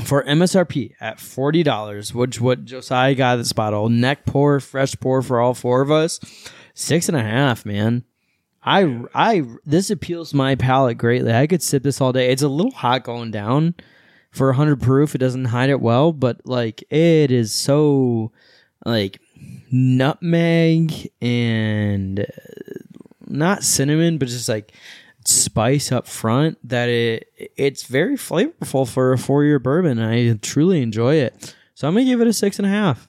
for MSRP at forty dollars, which what Josiah got this bottle, neck pour, fresh pour for all four of us, six and a half, man. I I this appeals to my palate greatly. I could sip this all day. It's a little hot going down for 100 proof. It doesn't hide it well, but like it is so like nutmeg and uh, not cinnamon, but just like spice up front that it it's very flavorful for a four year bourbon. And I truly enjoy it. So I'm gonna give it a six and a half.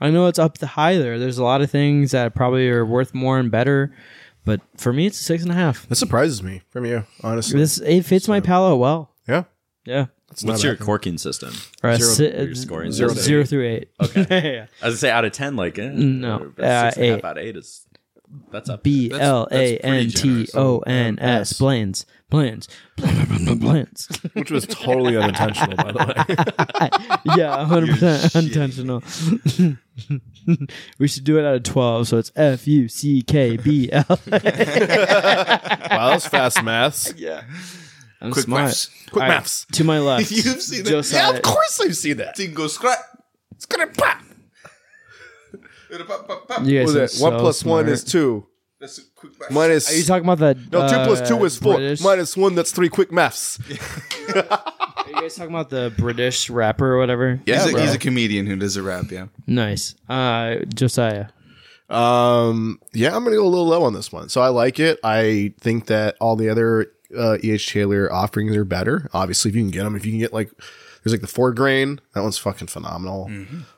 I know it's up the high there. There's a lot of things that probably are worth more and better, but for me, it's a six and a half. That surprises me from you, honestly. This it fits my palate well. Yeah. Yeah. It's What's not your bad. corking system? Or a Zero- si- Your scoring zero, zero zero to through eight. Okay. As I say, out of ten, like eh, No, that's six uh, and a half eight. out of eight is that's up. there. B L A N T O N S. Blends. Blends. Blends. Which was totally unintentional, by the way. yeah, 100% unintentional. we should do it out of 12. So it's F U C K B L. Wow, that was fast maths. Yeah. I'm Quick smart. maths. Quick All right, maths. To my left. You've seen that. Josiah. Yeah, of course I've seen that. Dingo scrap. It's gonna pop. It'll pop, pop, pop. You guys What are is that? One so plus one smart. is two. That's a quick math. Minus Are you talking about the. no, two plus two uh, is four. British- Minus one, that's three. Quick maths. Are you guys talking about the British rapper or whatever? he's, a, bro. he's a comedian who does a rap, yeah. Nice. Uh, Josiah. Um, yeah, I'm gonna go a little low on this one. So I like it. I think that all the other uh, EH Taylor offerings are better. Obviously, if you can get them, if you can get like, there's like the four grain. That one's fucking phenomenal.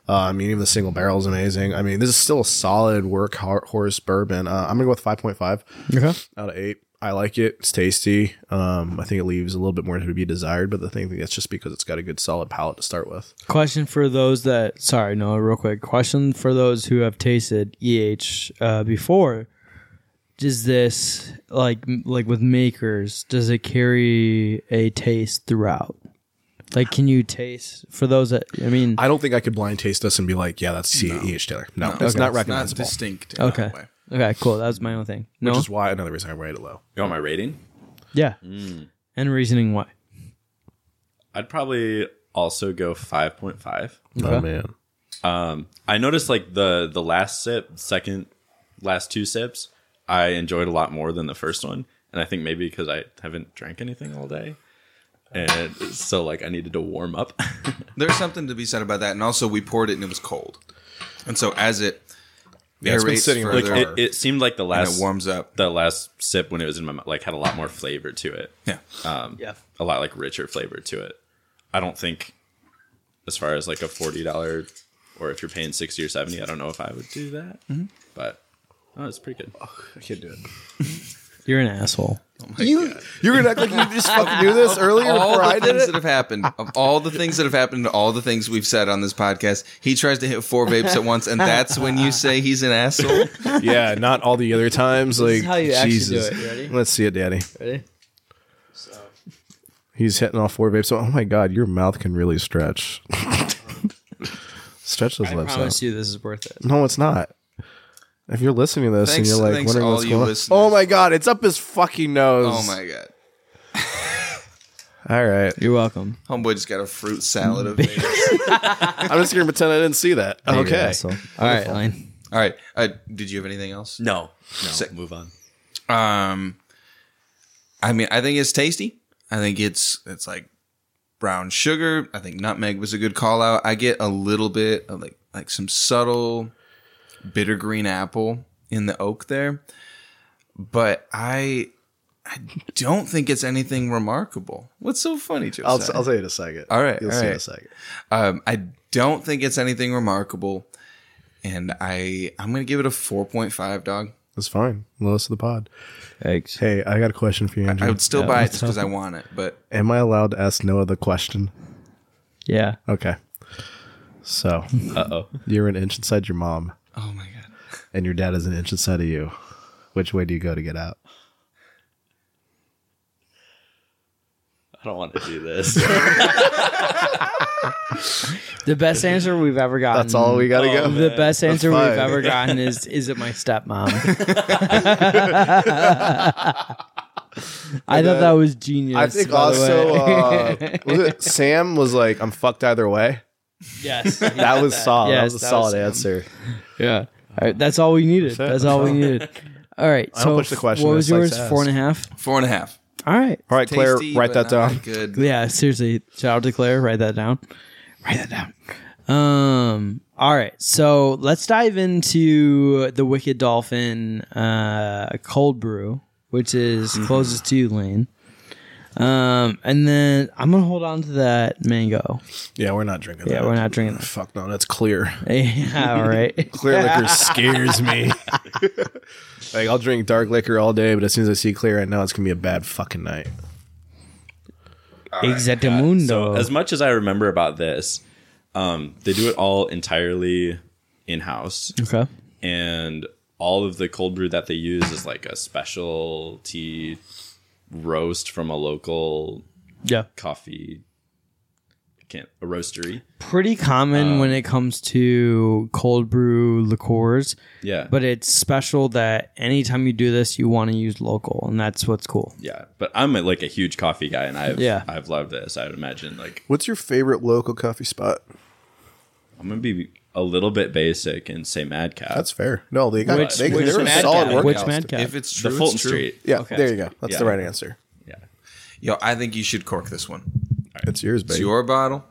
Uh, I mean, even the single barrel is amazing. I mean, this is still a solid workhorse bourbon. Uh, I'm gonna go with 5.5 Okay. out of eight. I like it. It's tasty. Um, I think it leaves a little bit more to be desired, but the thing that's just because it's got a good solid palate to start with. Question for those that sorry, no, real quick. Question for those who have tasted EH uh, before. Does this like like with makers? Does it carry a taste throughout? Like, can you taste for those that I mean? I don't think I could blind taste this and be like, yeah, that's E- EH Taylor. No, it's Okay. not It's recognizable. distinct. okay, okay, cool. That was my own thing. No, Which is why another reason I rate it low. You want my rating? yeah, and reasoning why. I'd probably also go five point five. Okay. man. I noticed like the the last sip, second last two sips, I enjoyed a lot more than the first one, and I think maybe because I haven't drank anything all day, and so like I needed to warm up. There's something to be said about that. And also, we poured it and it was cold. And so, as it Yeah, it's been aerates sitting in the further, car. it, it seemed like the and last it warms up. the last sip when it was in my mouth like had a lot more flavor to it, Yeah. Yeah, a lot like richer flavor to it. I don't think as far as like a forty dollar or if you're paying sixty or seventy, I don't know if I would do that, but oh, it's pretty good. I can't do it. you're an asshole. you you're gonna act like you just fucking knew this earlier Oh all before the I did things it. that have happened, of all the things that have happened, all the things we've said on this podcast, he tries to hit four vapes at once, and that's when you say he's an asshole. Yeah, not all the other times. Like is how you actually do Jesus. it. You ready? Let's see it, Daddy. Ready? He's hitting all four vapes. So, oh my God, your mouth can really stretch. stretch those I lips promise out. you, this is worth it. No, it's not. If you're listening to this Thanks- and you're like thanks wondering all what's you going on, listeners. oh my God, it's up his fucking nose. oh my god, All right, You're welcome. homeboy just got a fruit salad of vapes. I'm just gonna pretend I didn't see that. You're an Okay. asshole. All right, Lane. All right, uh, did you have anything else? No, no, Sick. move on. Um, I mean, I think it's tasty. I think it's it's like brown sugar. I think nutmeg was a good call out. I get a little bit of like like some subtle bitter green apple in the oak there, but I I don't think it's anything remarkable. What's so funny, Josiah? I'll, I'll tell you in a second. All right, You'll all see in a right. second. Um, I don't think it's anything remarkable, and I I'm gonna give it a four point five dog. That's fine. Lowest of the pod. Thanks. Hey, I got a question for you, Andrew. I would still buy it just because I want it, but Am I allowed to ask Noah the question? Yeah. Okay. So Uh oh. you're an inch inside your mom, oh my god. and your dad is an inch inside of you. Which way do you go to get out? I don't want to do this. The best answer we've ever gotten. That's all we gotta Oh, go. The best answer we've fine. ever gotten is "Is it my stepmom?" I thought that was genius. I think by the also way. uh, was it Sam was like, "I'm fucked either way." yes, That was solid. that Yes, was that a was solid Sam. answer. yeah. All right, that's all we needed. it. That's all we needed. All right. I don't So push the question, What I was just like yours? to Four and a half. Four and a half. All right. All right, Claire, Tasty, write but that not down. Good. Yeah, seriously. Shout out to Claire. Write that down. Write that down. Um. All right. So let's dive into the Wicked Dolphin uh, cold brew, which is closest to you, Lane. Um, and then I'm gonna hold on to that mango. Yeah, we're not drinking. Yeah, that. we're not drinking that. Fuck no, that's clear. Yeah, all right. Clear liquor scares me. like I'll drink dark liquor all day, but as soon as I see clear, I know it's gonna be a bad fucking night. Exactamundo. So as much as I remember about this, um, they do it all entirely in house, okay. and all of the cold brew that they use is like a specialty roast from a local Yeah. coffee. I Can't a roastery, Pretty common Um, when it comes to cold brew liqueurs. yeah, But it's special that anytime you do this, you want to use local, and that's what's cool. yeah. But I'm like a huge coffee guy, and I've Yeah. I've loved this. I would imagine like What's your favorite local coffee spot? I'm gonna be a little bit basic and say Madcap. That's fair. No, they got Which- they, which they're a Mad solid Cow? workout. Which Mad Cow? If it's true, the Fulton it's true. Street. Yeah, Okay. there you go. That's the Yeah. right answer. Yeah, Yo, I think you should cork this one. It's yours, It's baby. your bottle.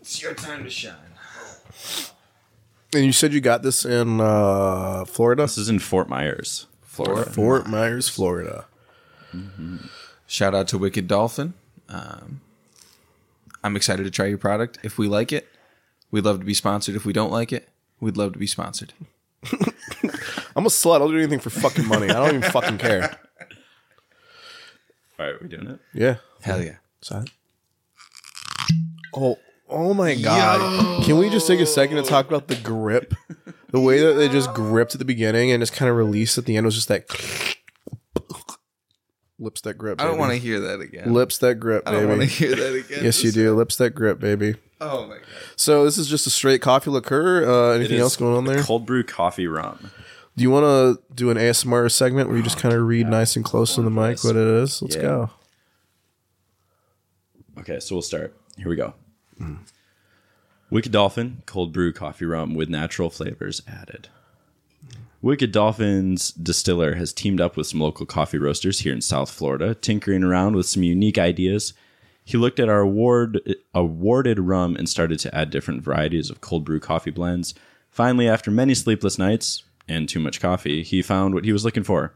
It's your time to shine. and you said you got this in uh, Florida, this is in Fort Myers, Florida. Fort Myers, Florida. Shout out to Wicked Dolphin. Um, I'm excited to try your product. If we like it, we'd love to be sponsored. If we don't like it, we'd love to be sponsored. I'm a slut. I'll do anything for fucking money. I don't even fucking care. All right, we doing it. Yeah. Hell yeah. Side. Oh, oh my god! Can we just take a second to talk about the grip? The way that they just gripped at the beginning and just kind of released at the end was just that lips that grip. I don't baby. want to hear that again. lips that grip, I don't want to baby. hear that again. Yes, you do. Lips that grip, baby. Oh my god. So this is just a straight coffee liqueur. Uh, It anything is else going on there? Cold brew coffee rum. Do you want to do an ASMR segment where you just kind of read nice and close to the mic what it is? Let's Yeah. go. Okay, so we'll start. Here we go. Wicked Dolphin cold brew coffee rum with natural flavors added. Wicked Dolphin's distiller has teamed up with some local coffee roasters here in South Florida, tinkering around with some unique ideas. He looked at our award, awarded rum and started to add different varieties of cold brew coffee blends. Finally, after many sleepless nights and too much coffee, he found what he was looking for.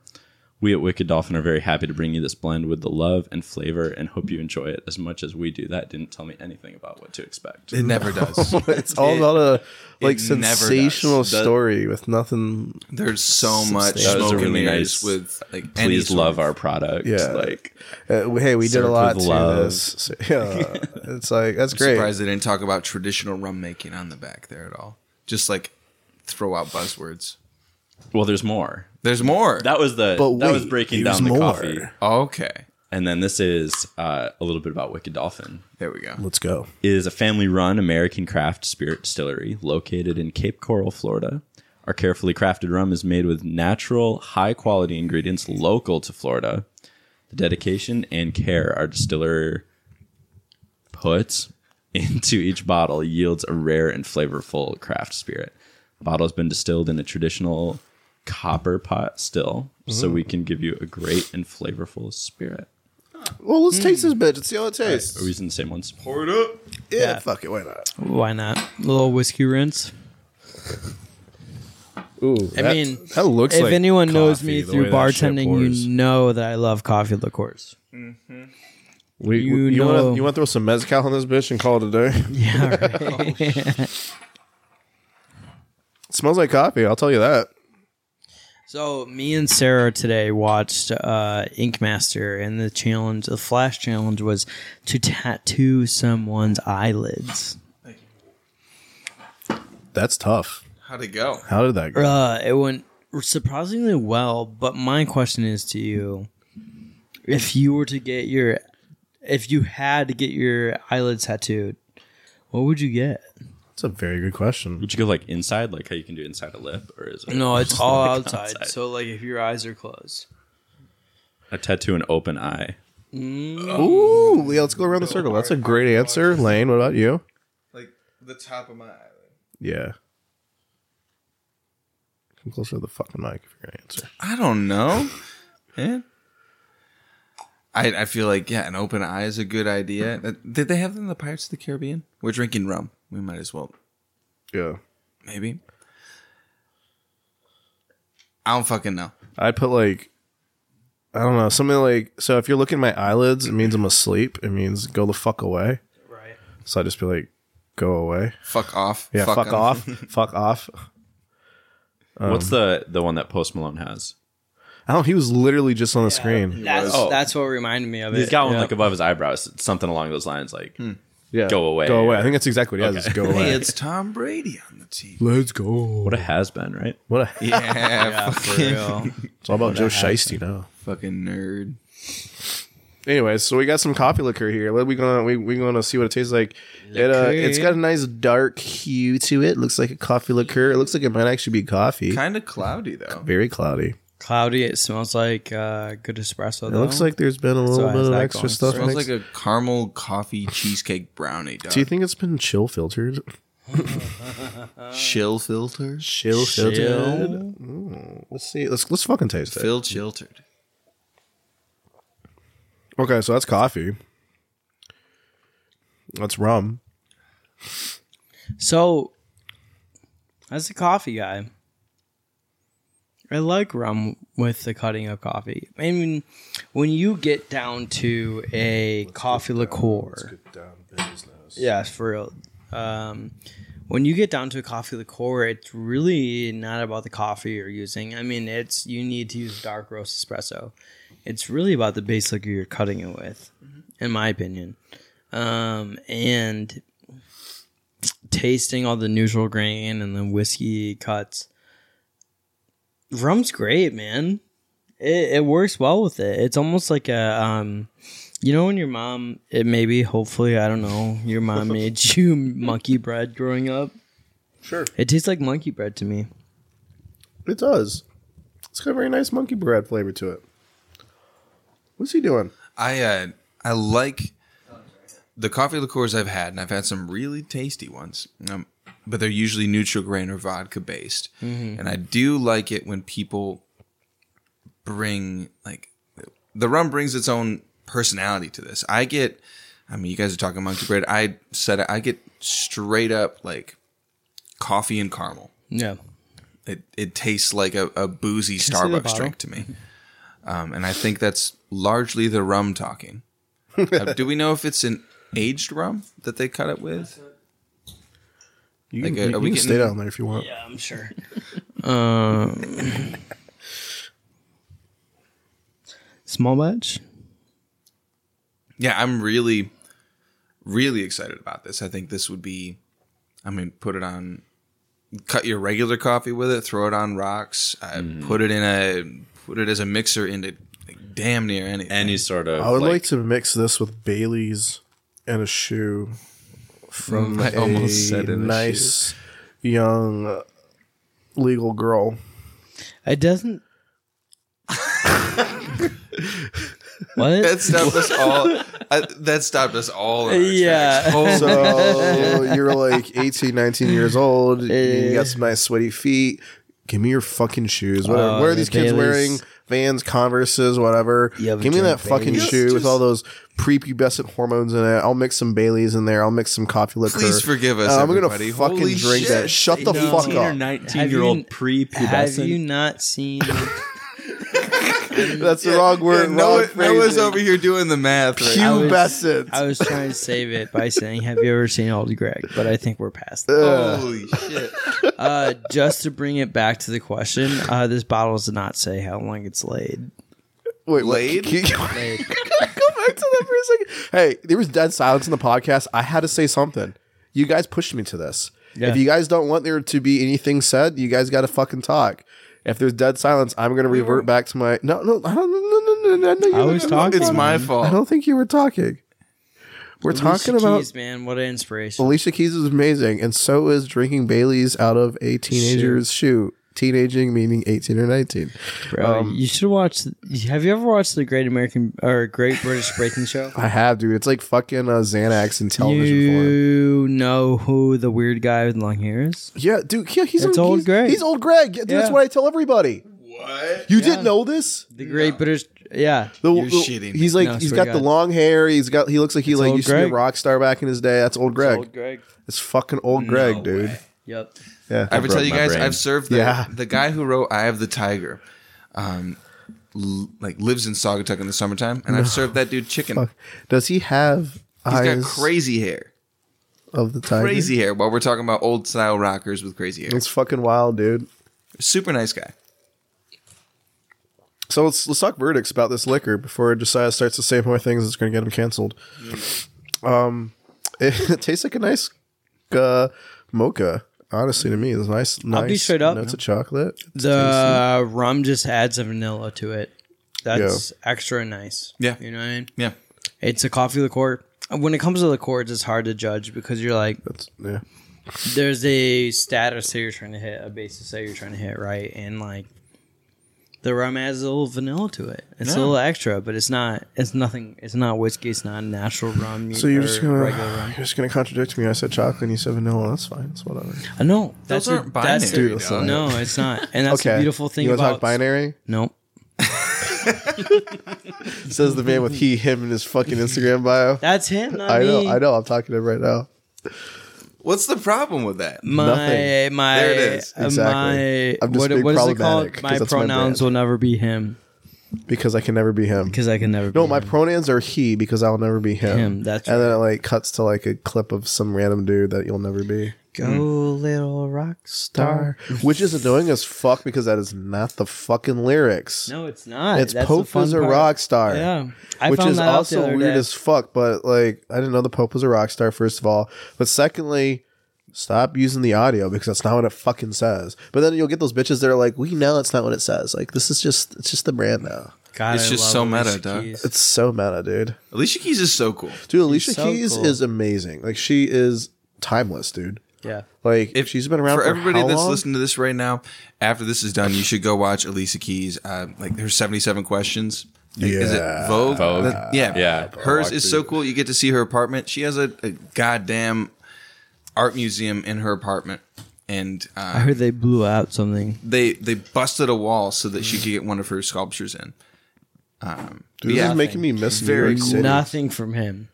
We at Wicked Dolphin are very happy to bring you this blend with the love and flavor and hope you enjoy it as much as we do. That didn't tell me anything about what to expect. It never does. It's all about a like it never does. sensational The- story with nothing There's so much That was smoke a really and nice. mirrors with like any Please sort love of- our product. Yeah. Like Uh, hey, we did Served a lot with to love. this. So, yeah, it's like that's great. Surprised they didn't talk about traditional rum making on the back there at all. Just like throw out buzzwords. well, there's more. There's more. That was the But that was wait, breaking there's down more. the coffee. okay. And then this is uh, a little bit about Wicked Dolphin. There we go. Let's go. It is a family run American craft spirit distillery located in Cape Coral, Florida. Our carefully crafted rum is made with natural, high quality ingredients local to Florida. The dedication and care our distiller puts into each bottle yields a rare and flavorful craft spirit. The bottle has been distilled in a traditional copper pot still, so we can give you a great and flavorful spirit. Well, let's taste Hmm. this bitch. Let's see how it tastes. Are we using the same ones? Pour it up. yeah, fuck it. Why not? Why not? A little whiskey rinse. Ooh, I mean, that looks. if like anyone knows coffee, me the through way that shit bartending, pours. Mm-hmm. you know that I love coffee liqueurs. you we, you, know- wanna, you want to throw some mezcal on this bitch and call it a day? Yeah, right. It smells like coffee. I'll tell you that. So me and Sarah today watched uh, Ink Master, and the challenge, the flash challenge, was to tattoo someone's eyelids. That's tough. How'd it go? How did that go? Uh, it went surprisingly well, but my question is to you: If you were to get your if you had to get your eyelids tattooed, what would you get? That's a very good question. Would you go like inside, like how you can do inside a lip, or is it No, it's all like, outside. So like if your eyes are closed. I tattoo an open eye? Ooh, yeah, let's go around the circle. That's a great answer, Lane. What about you? Like the top of my eyelid. Yeah. Come closer to the fucking mic if you're gonna answer. I don't know. yeah. I, I feel like yeah, an open eye is a good idea. That- Did they have them in the Pirates of the Caribbean? We're drinking rum. We might as well Yeah. maybe. I don't fucking know. I'd put like I don't know, something like so if you're looking at my eyelids, it means I'm asleep. It means go the fuck away. Right. So I just be like, go away. Fuck off. Yeah, fuck, them. off. fuck off. What's the the one that Post Malone has? I don't he was literally just on the screen. That's Oh. that's what reminded me of it. He's got one Yeah. like above his eyebrows, something along those lines. Like Yeah. Go away. Go away. I think that's exactly what it Okay. is. Just go Hey, away. it's Tom Brady on the team. Let's go. what a has been, right? What a, Yeah, fucking, it's all about Joe Shiesty now. fucking nerd. Anyways, so we got some coffee liquor here. What we gonna we we gonna see what it tastes like. It uh, it's got a nice dark hue to it. Looks like a coffee liqueur. It looks like it might actually be coffee. Kind of cloudy though. Very cloudy. Cloudy. It smells like uh, good espresso. It looks like there's been a little it bit has of that extra going. stuff. Smells mixed- like a caramel coffee cheesecake brownie. Dog. Do you think it's been chill filtered? chill filter? Chill filtered. Ooh, let's see. Let's let's fucking taste it. Phil chiltered. Okay, so that's coffee. That's rum. so. As a coffee guy, I like rum with the cutting of coffee. I mean, when you get down to a coffee liqueur, yeah, for real. Um, when you get down to a coffee liqueur, it's really not about the coffee you're using. I mean, it's you need to use dark roast espresso. It's really about the base liquor you're cutting it with, in my opinion. Um, and tasting all the neutral grain and the whiskey cuts. Rum's great, man. It, it works well with it. It's almost like a um, you know when your mom it maybe hopefully I don't know your mom made you monkey bread growing up. Sure. It tastes like monkey bread to me. It does. It's got a very nice monkey bread flavor to it. What's he doing? I uh, I like the coffee liqueurs I've had, and I've had some really tasty ones. Um, but they're usually neutral grain or vodka based, and I do like it when people bring like the rum brings its own personality to this. I get, I mean, you guys are talking monkey bread. I said it, I get straight up like coffee and caramel. Yeah. It it tastes like a, a boozy I see the Starbucks bottle? drink to me. Um, and I think that's largely the rum talking. Uh, do we know if it's an aged rum that they cut it with? You Like, can, uh, you are we can getting- stay down there if you want. Yeah, I'm sure. Um, small batch. Yeah, I'm really, really excited about this. I think this would be, I mean, put it on, cut your regular coffee with it, throw it on rocks, uh, put it in a, put it as a mixer into like, damn near anything. Any sort of I would like, like to mix this with Bailey's and a shoe from Mm, I a almost said in a nice young uh, legal girl. It doesn't. what? that stopped us all. I, that stopped us all. In our Yeah. tracks. Oh, So you're like 18, 19 years old. you got some nice sweaty feet. Give me your fucking shoes. What, Oh, what are the these kids Baileys. wearing? Vans, Converses, whatever. Yeah, but Give me that Jack fucking Baileys. shoe with all those prepubescent hormones in it. I'll mix some Baileys in there. I'll mix some coffee liquor. Please forgive us, And I'm everybody. gonna fucking Holy drink shit. that. Shut the fuck or up. Have nineteen you- year old Have you prepubescent. not seen? That's the wrong yeah, word. wrong Noah, Noah's phrasing. over here doing the math. Right? I was- Pubescent. I was trying to save it by saying, "Have you ever seen Old Greg?" But I think we're past that. Ugh. Holy shit! Uh, just to bring it back to the question, uh, this bottle does not say how long it's laid. Wait, Blade? wait. Can, you- go back to that for a second? Hey, there was dead silence in the podcast. I had to say something. You guys pushed me to this. Yeah. If you guys don't want there to be anything said, you guys got to fucking talk. If there's dead silence, I'm gonna revert back to my no, no, I don't, no, no, no, no, no, no. you I was don't- talking. It's my I fault. don't think you were talking. We're Alicia talking about Keys, man. What an inspiration. Alicia Keys is amazing, and so is drinking Bailey's out of a teenager's shoe. Teenaging meaning eighteen or nineteen. Bro, um, you should watch. Have you ever watched the Great American or Great British Breaking Show? I have, dude. It's like fucking uh, Xanax in television form. You know who the weird guy with long hair is? Yeah, dude. Yeah, he's It's on- old he's, Greg. He's old Greg. Yeah, dude, Yeah. That's what I tell everybody. What? You didn't know this? The Great British. Yeah. The, You're the- shitting He's like No, I he's swear got to God. the long hair. He's got he looks like he like old used to be Greg. a rock star back in his day. That's old Greg. It's, Old Greg. fucking old Greg, dude. way. Yep. Yeah. I would broke tell you my guys, brain. I've served the, Yeah. the guy who wrote "I Have the Tiger," um, l- like lives in Saugatuck in the summertime, and I've served that dude chicken. Fuck. Does he have He's eyes got crazy hair, of the tiger? crazy hair. While we're talking about old style rockers with crazy hair, It's fucking wild, dude. super nice guy. So let's let's talk verdicts about this liquor before Josiah starts to say more things that's going to get him canceled. Um, it, tastes like a nice uh, mocha. Honestly, to me, it's nice. nice be straight up. Notes of chocolate. The rum just adds a vanilla to it. That's extra nice. Yeah. You know what I mean? Yeah, It's a coffee liqueur. When it comes to liqueurs, it's hard to judge because you're like, That's yeah. there's a status that you're trying to hit, a basis that you're trying to hit, right? And like, the rum adds a little vanilla to it. It's a little extra, but it's not. It's nothing. It's not whiskey. It's not natural rum. So you're just or gonna regular rum. you're just gonna contradict me. I said chocolate, and you said vanilla. That's fine. That's whatever. Uh, No, that's those a- aren't binary. that's a- Dude, that's dog. not- no, it's not. And that's the beautiful thing you wanna about talk binary. Nope. Says the man with he, him, in his fucking Instagram bio. That's him. Not I know, me. I know. I'm talking to him right now. What's the problem with that? My Nothing. my There it is. uh, my Exactly. I'm just what, being what is it problematic, called? 'cause My that's my pronouns brand. will never be him because I can never be him. because I can never. No, be my him. pronouns are he because I'll never be him. Him, that's and right. then it like cuts to like a clip of some random dude that you'll never be. go little rock star. Mm. Star, which is annoying as fuck because that is not the fucking lyrics. No, it's not. it's That's the Pope fun is a part. rock star. Yeah, I which found is that out the also other weird day. as fuck. But like, I didn't know the Pope was a rock star. First of all, but secondly, stop using the audio because that's not what it fucking says. But then you'll get those bitches that are like, we know it's not what it says. Like this is just it's just the brand now. God, It's I just love so Alicia meta, dog. Keys. It's so meta, dude. Alicia Keys is so cool. Dude, Alicia so Keys cool. is amazing. Like she is timeless, dude. yeah, Like If she's been around for, for everybody how that's long? listening to this right now, after this is done, you should go watch Elisa Keys. Uh, like her seventy-seven questions. Is it Yeah. Vogue? Vogue. That- yeah, Yeah. Hers is so cool. You get to see her apartment. She has a, a goddamn art museum in her apartment, and I uh, heard they blew out something. they they busted a wall so that she could get one of her sculptures in. Um, Dude, this yeah. is making me miss New Very York cool. City. Nothing from him.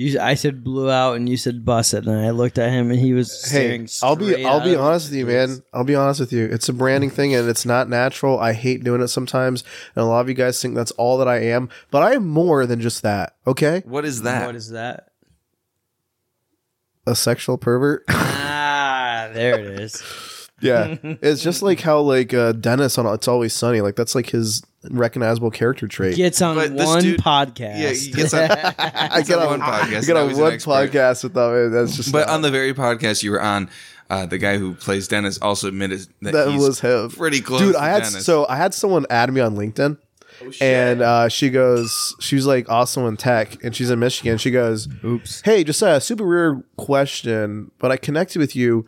You, I said blew out, and you said bust it, and I looked at him, and he was Hey, staring. I'll be straight I'll out be of- honest with you, man. I'll be honest with you. It's a branding thing and it's not natural. I hate doing it sometimes, and a lot of you guys think that's all that I am, but I am more than just that. Okay, What is that? What is that? a sexual pervert. Ah, there it is. yeah, it's just like how like uh, Dennis on It's Always Sunny. Like that's like his recognizable character trait. Gets on But this one dude- podcast. yeah, he gets on, I get on on one podcast. I get now on he's an one expert. podcast with that. That's just But on the very podcast you were on, uh, the guy who plays Dennis also admitted that, that he's was him. pretty close dude. to I had Dennis. so I had someone add me on LinkedIn, and uh, she goes, she's like also in tech, and she's in Michigan. She goes, Oops. hey, just a super weird question, but I connected with you.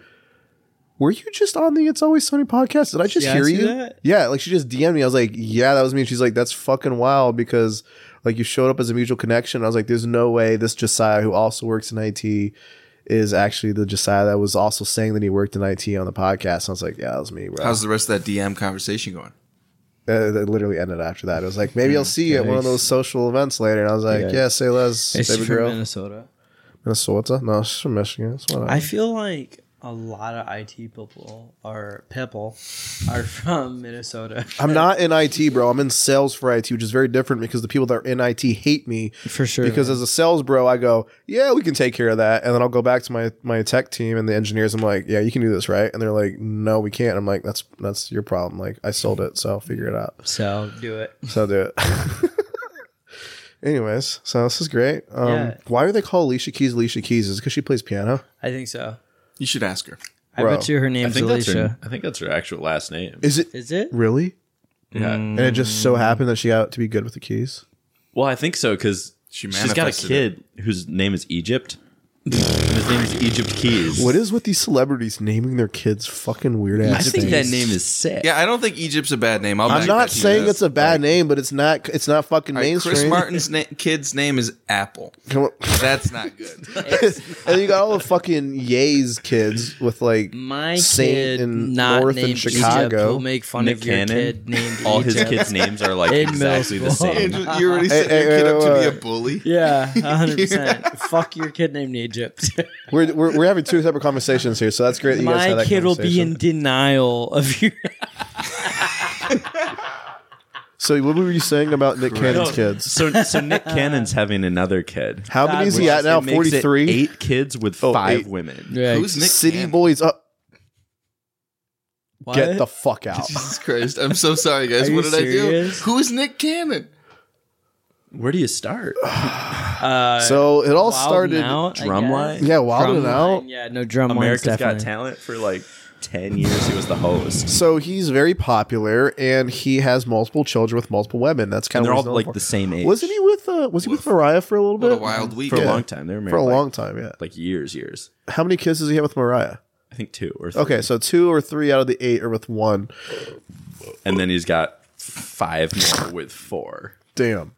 Were you just on the It's Always Sunny podcast? Did I just She hear asked you you? that? Yeah, like she just DM'd me. I was like, yeah, that was me. And she's like, that's fucking wild because like you showed up as a mutual connection. I was like, there's no way this Josiah who also works in IT is actually the Josiah that was also saying that he worked in IT on the podcast. And I was like, yeah, that was me. Bro. How's the rest of that DM conversation going? Uh, it literally ended after that. It was like, maybe I'll see you at one of Yikes. those social events later. And I was like, Yikes. yeah, say less, Is she baby from girl. Minnesota? Minnesota? No, she's from Michigan. It's whatever. I feel like a lot of IT people are people are from Minnesota. I'm not in IT, bro. I'm in sales for IT, which is very different because the people that are in IT hate me. For sure, Because man. as a sales bro, I go, yeah, we can take care of that. And then I'll go back to my, my tech team and the engineers. I'm like, yeah, you can do this, right? And they're like, no, we can't. I'm like, that's that's your problem. Like, I sold it, so figure it out. So do it. So do it. Anyways, so this is great. Um, Yeah. Why do they call Alicia Keys Alicia Keys? Is it because she plays piano? I think so. You should ask her. I Bro, bet you her I name's think that's her. Alicia. I think that's her actual last name. Is it Is it? really? Yeah. And it just so happened that she got to be good with the keys. Well, I think so because She She's got a manifested it. kid whose name is Egypt. And his name is Egypt Keys. What is with these celebrities naming their kids fucking weird I ass think things? that name is sick. Yeah, I don't think Egypt's a bad name. I'll I'm back not that to you. saying That's- it's a bad name, but it's not. It's not fucking All right, mainstream. Chris Martin's na- kid's name is Apple. Come on. That's not good. and you got all the fucking Yays kids with like My Saint kid and not North named and Chicago. Egypt will make fun Nick of your Cannon. kid named All his Egypt. kids' names are like In middle exactly the school. same. You're already setting Hey, your hey, kid up wait, to be wait. a bully. Yeah, hundred percent. Fuck your kid named Egypt. we're, we're we're having two separate conversations here, so that's great. That you guys had My that kid will be in conversation. denial of your. So what were you saying about Nick Cannon's kids? So, so Nick Cannon's having another kid. How many is Which he at now? it makes it Forty three. Eight kids with Oh, five eight. women. Who's Nick? City Cannon? boys up. What? Get the fuck out. Jesus Christ! I'm so sorry, guys. Are What you did serious? I do? Who's Nick Cannon? Where do you start? uh, So it all Wild started. and Out, I Drumline? guess. Yeah, wild and out. Yeah, no drumline. America's Got definitely. Talent for like ten years. He was the host. So he's very popular, and he has multiple children with multiple women. That's kind And they're of all like the same age. Wasn't he with uh, Was he with Mariah for a little What bit? a wild week! for a Yeah. long time? They were married For a like- long time, yeah. like years, years. How many kids does he have with Mariah? I think two or three. Okay, so two or three out of the eight are with one. and then he's got five more with four. Damn.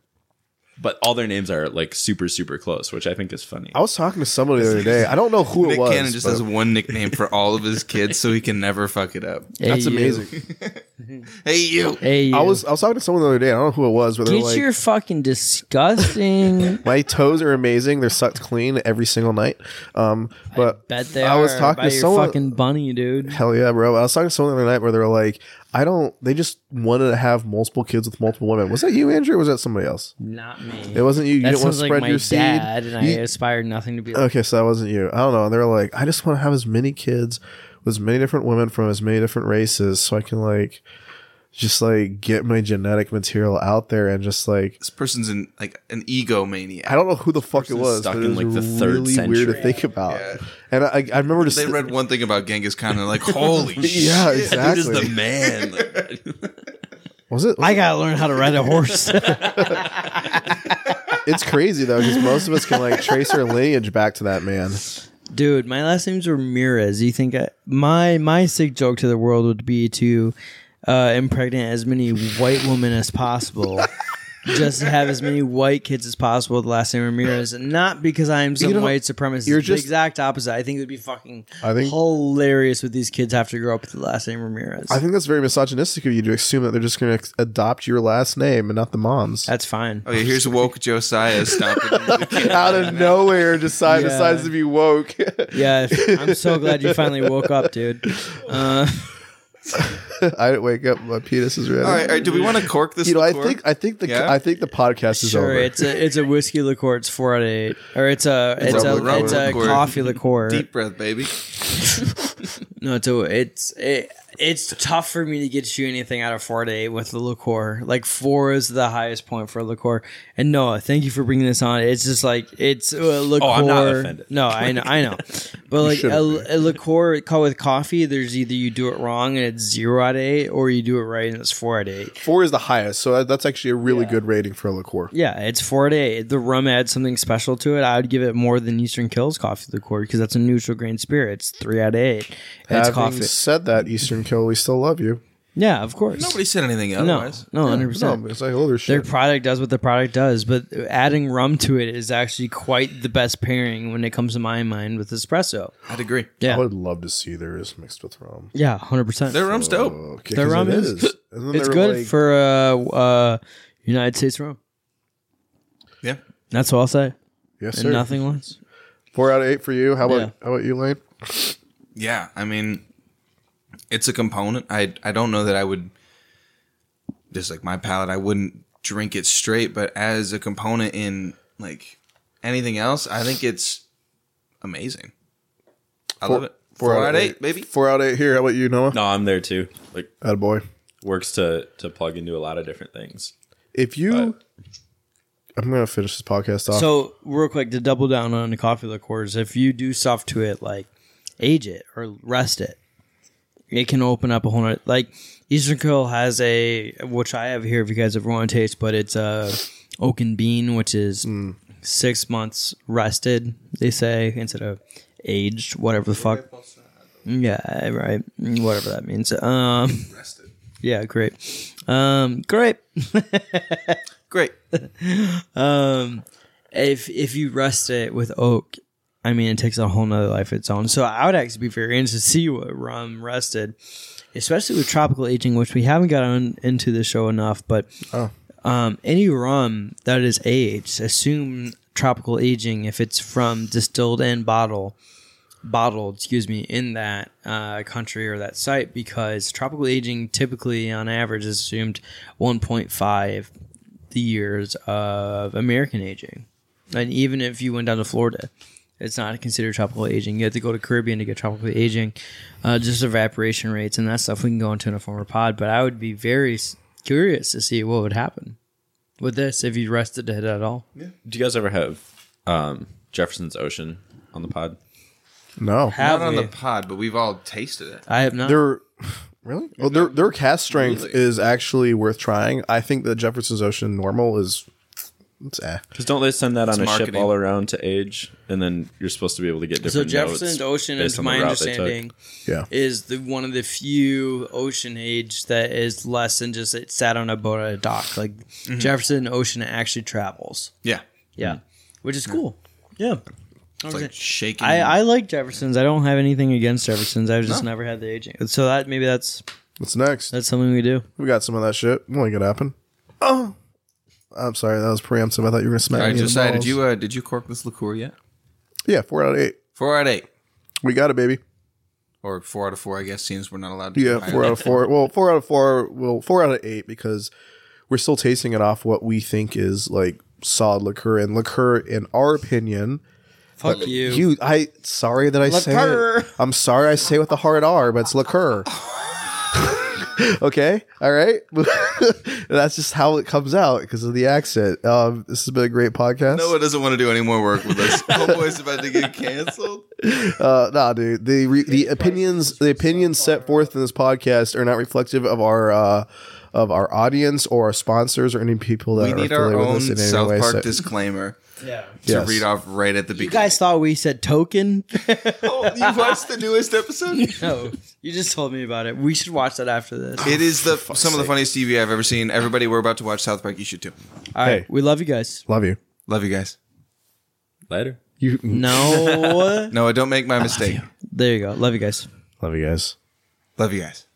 But all their names are like super, super close, which I think is funny. I was talking to somebody the other day. I don't know who Nick it was. Cannon just but has one nickname for all of his kids, so he can never fuck it up. that's Hey, you. amazing. Hey, you. Hey, you. I was I was talking to someone the other day. I don't know who it was, but they're Get like, your fucking disgusting. my toes are amazing. They're sucked clean every single night. Um, but bet they I was are talking by to your someone. fucking bunny, dude. Hell yeah, bro! I was talking to someone the other night where they were like, I don't. They just wanted to have multiple kids with multiple women. Was that you, Andrew? or Was that somebody else? Not me. It wasn't you. You that didn't want sounds to like spread my your dad, seed. and You- I Uh, aspire nothing to be. like Okay, so that wasn't you. I don't know. And they're like, I just want to have as many kids with as many different women from as many different races so I can like just like get my genetic material out there and just like This person's an like an egomaniac. I don't know who the fuck it person's was, stuck but it in, was like, the third really weird century. to think about. Yeah. And I, I remember just They read one thing about Genghis Khan and they're like, holy yeah, shit. Dude is the exactly. man. Like, Was it? I gotta learn how to ride a horse. It's crazy though, because most of us can like trace our lineage back to that man. Dude, my last name's Ramirez. You think I, my my sick joke to the world would be to uh, impregnate as many white women as possible, just to have as many white kids as possible with the last name Ramirez. And not because I am some You know, white supremacist. you're You're just just- the exact opposite. I think it would be fucking I think- hilarious what these kids have to grow up with the last name Ramirez. I think that's very misogynistic of you to assume that they're just going to adopt your last name and not the mom's. That's fine. Okay, here's woke Josiah stomping the kid. Out of nowhere, decide Yeah. decides to be woke. Yeah, I'm so glad you finally woke up, dude. Uh, I didn't wake up. My penis is red. All right, all right, do we want to cork this? You know, I liqueur? think I think the Yeah? I think the podcast is sure, over. it's a it's a whiskey liqueur. It's four out of eight, or it's a it's, a, rubber- it's a rubber liqueur. coffee liqueur. deep breath, baby. No, it's a, it's it, it's tough for me to get you anything out of four to eight with the liqueur. Like four is the highest point for a liqueur. And Noah, thank you for bringing this on. It's just like it's a liqueur. Oh, I'm not offended. No, I know, I know. But like a, a liqueur called with coffee, there's either you do it wrong and it's zero out of eight, or you do it right and it's four out of eight. Four is the highest, so that- that's actually a really good rating for a liqueur. Yeah, it's four to eight. The rum adds something special to it. I would give it more than Eastern Kills Coffee Liqueur because that's a neutral grain spirit. It's three out of eight. And it's Having coffee. said that, Eastern Kill, we still love you. Yeah, of course. Nobody said anything no, otherwise. no, hundred No, percent. it's like older Their shit. product does what the product does, but adding rum to it is actually quite the best pairing when it comes to my mind with espresso. I'd agree. I Yeah, would love to see theirs mixed with rum. yeah, hundred percent. Their rum's dope. Okay, Their 'cause rum it is- And then It's they're good like- for uh, uh, United States rum. Yeah. That's what I'll say. yes, And sir. nothing less. Four out of eight for you. How about Yeah. how about you, Lane? Yeah, I mean, it's a component. I I don't know that I would just like my palate. I wouldn't drink it straight, but as a component in like anything else, I think it's amazing. I love it. Four, out of eight, baby. Four out of eight here. How about you, Noah? no, I'm there too. Like Attaboy. boy. works to to plug into a lot of different things. If you, I'm gonna finish this podcast off. So real quick to double down on the coffee liqueurs, if you do stuff to it, like age it or rest it, it can open up a whole nother. Like Eastern Curl has a which I have here if you guys ever want to taste, but it's a oak and bean, which is six months rested, they say, instead of aged, whatever the fuck. Yeah, right. Whatever that means. Um, yeah, great. Um, great. Great. Um, if if you rest it with oak, I mean, it takes a whole nother life of its own. So I would actually be very interested to see what rum rested, especially with tropical aging, which we haven't gotten into the show enough. But um, any rum that is aged, assume tropical aging if it's from distilled and bottle bottled, excuse me, in that uh, country or that site because tropical aging typically, on average, is assumed 1.5 the years of American aging. And even if you went down to Florida, it's not considered tropical aging. You have to go to Caribbean to get tropical aging, uh, just evaporation rates and that stuff. We can go into in a former pod, but I would be very s- curious to see what would happen with this if you rested it at all. Do you guys ever have um, Jefferson's Ocean on the pod? No, Have Not on we? the pod, but we've all tasted it. I have not. they're really. Well, their their cast strength is actually worth trying. I think that Jefferson's Ocean normal is it's eh. Because don't they send that on a marketing. ship all around to age, and then you're supposed to be able to get so different. Jefferson's notes Ocean, based is on the my route they took? understanding, Yeah, is the one of the few ocean age that is less than just it sat on a boat at a dock. Like Jefferson Ocean actually travels. Yeah. Yeah. Which is cool. Yeah. It's like shaking. I, I like Jefferson's. I don't have anything against Jefferson's. I've just never had the aging. So that maybe that's what's next? that's something we do. We got some of that shit. It ain't gonna happen. Oh, I'm sorry. That was preemptive. I thought you were gonna smack All me. right, in the Josiah, did balls. you uh, did you cork this liqueur yet? Yeah, four out of eight. Four out of eight, We got it, baby. or four out of four, I guess. Seems we're not allowed to. Yeah, do higher. four out of four. Well, four out of four. Well, four out of eight because we're still tasting it off what we think is like solid liqueur and liqueur, in our opinion. uh, Fuck you. You, I sorry that I Liqueur. say. It. I'm sorry I say it with a hard R, but it's liqueur. okay, all right. That's just how it comes out because of the accent. Um, this has been a great podcast. Noah doesn't want to do any more work with us. Homeboy's about to get canceled. Uh, nah, dude. The re- the opinions the opinions set forth in this podcast are not reflective of our uh, of our audience or our sponsors or any people that We are need our affiliated own with us in any South way. Park so- disclaimer yeah. to Yes. read off right at the You beginning. guys thought we said token? Oh, you watched the newest episode? no. You just told me about it. We should watch that after this. It is the some of the funniest TV I've ever seen. Everybody, we're about to watch South Park. You should too. All right. Hey. We love you guys. Love you. Love you guys. Later. You No. Noah, don't make my mistake. there you go. Love you guys. love you guys. Love you guys.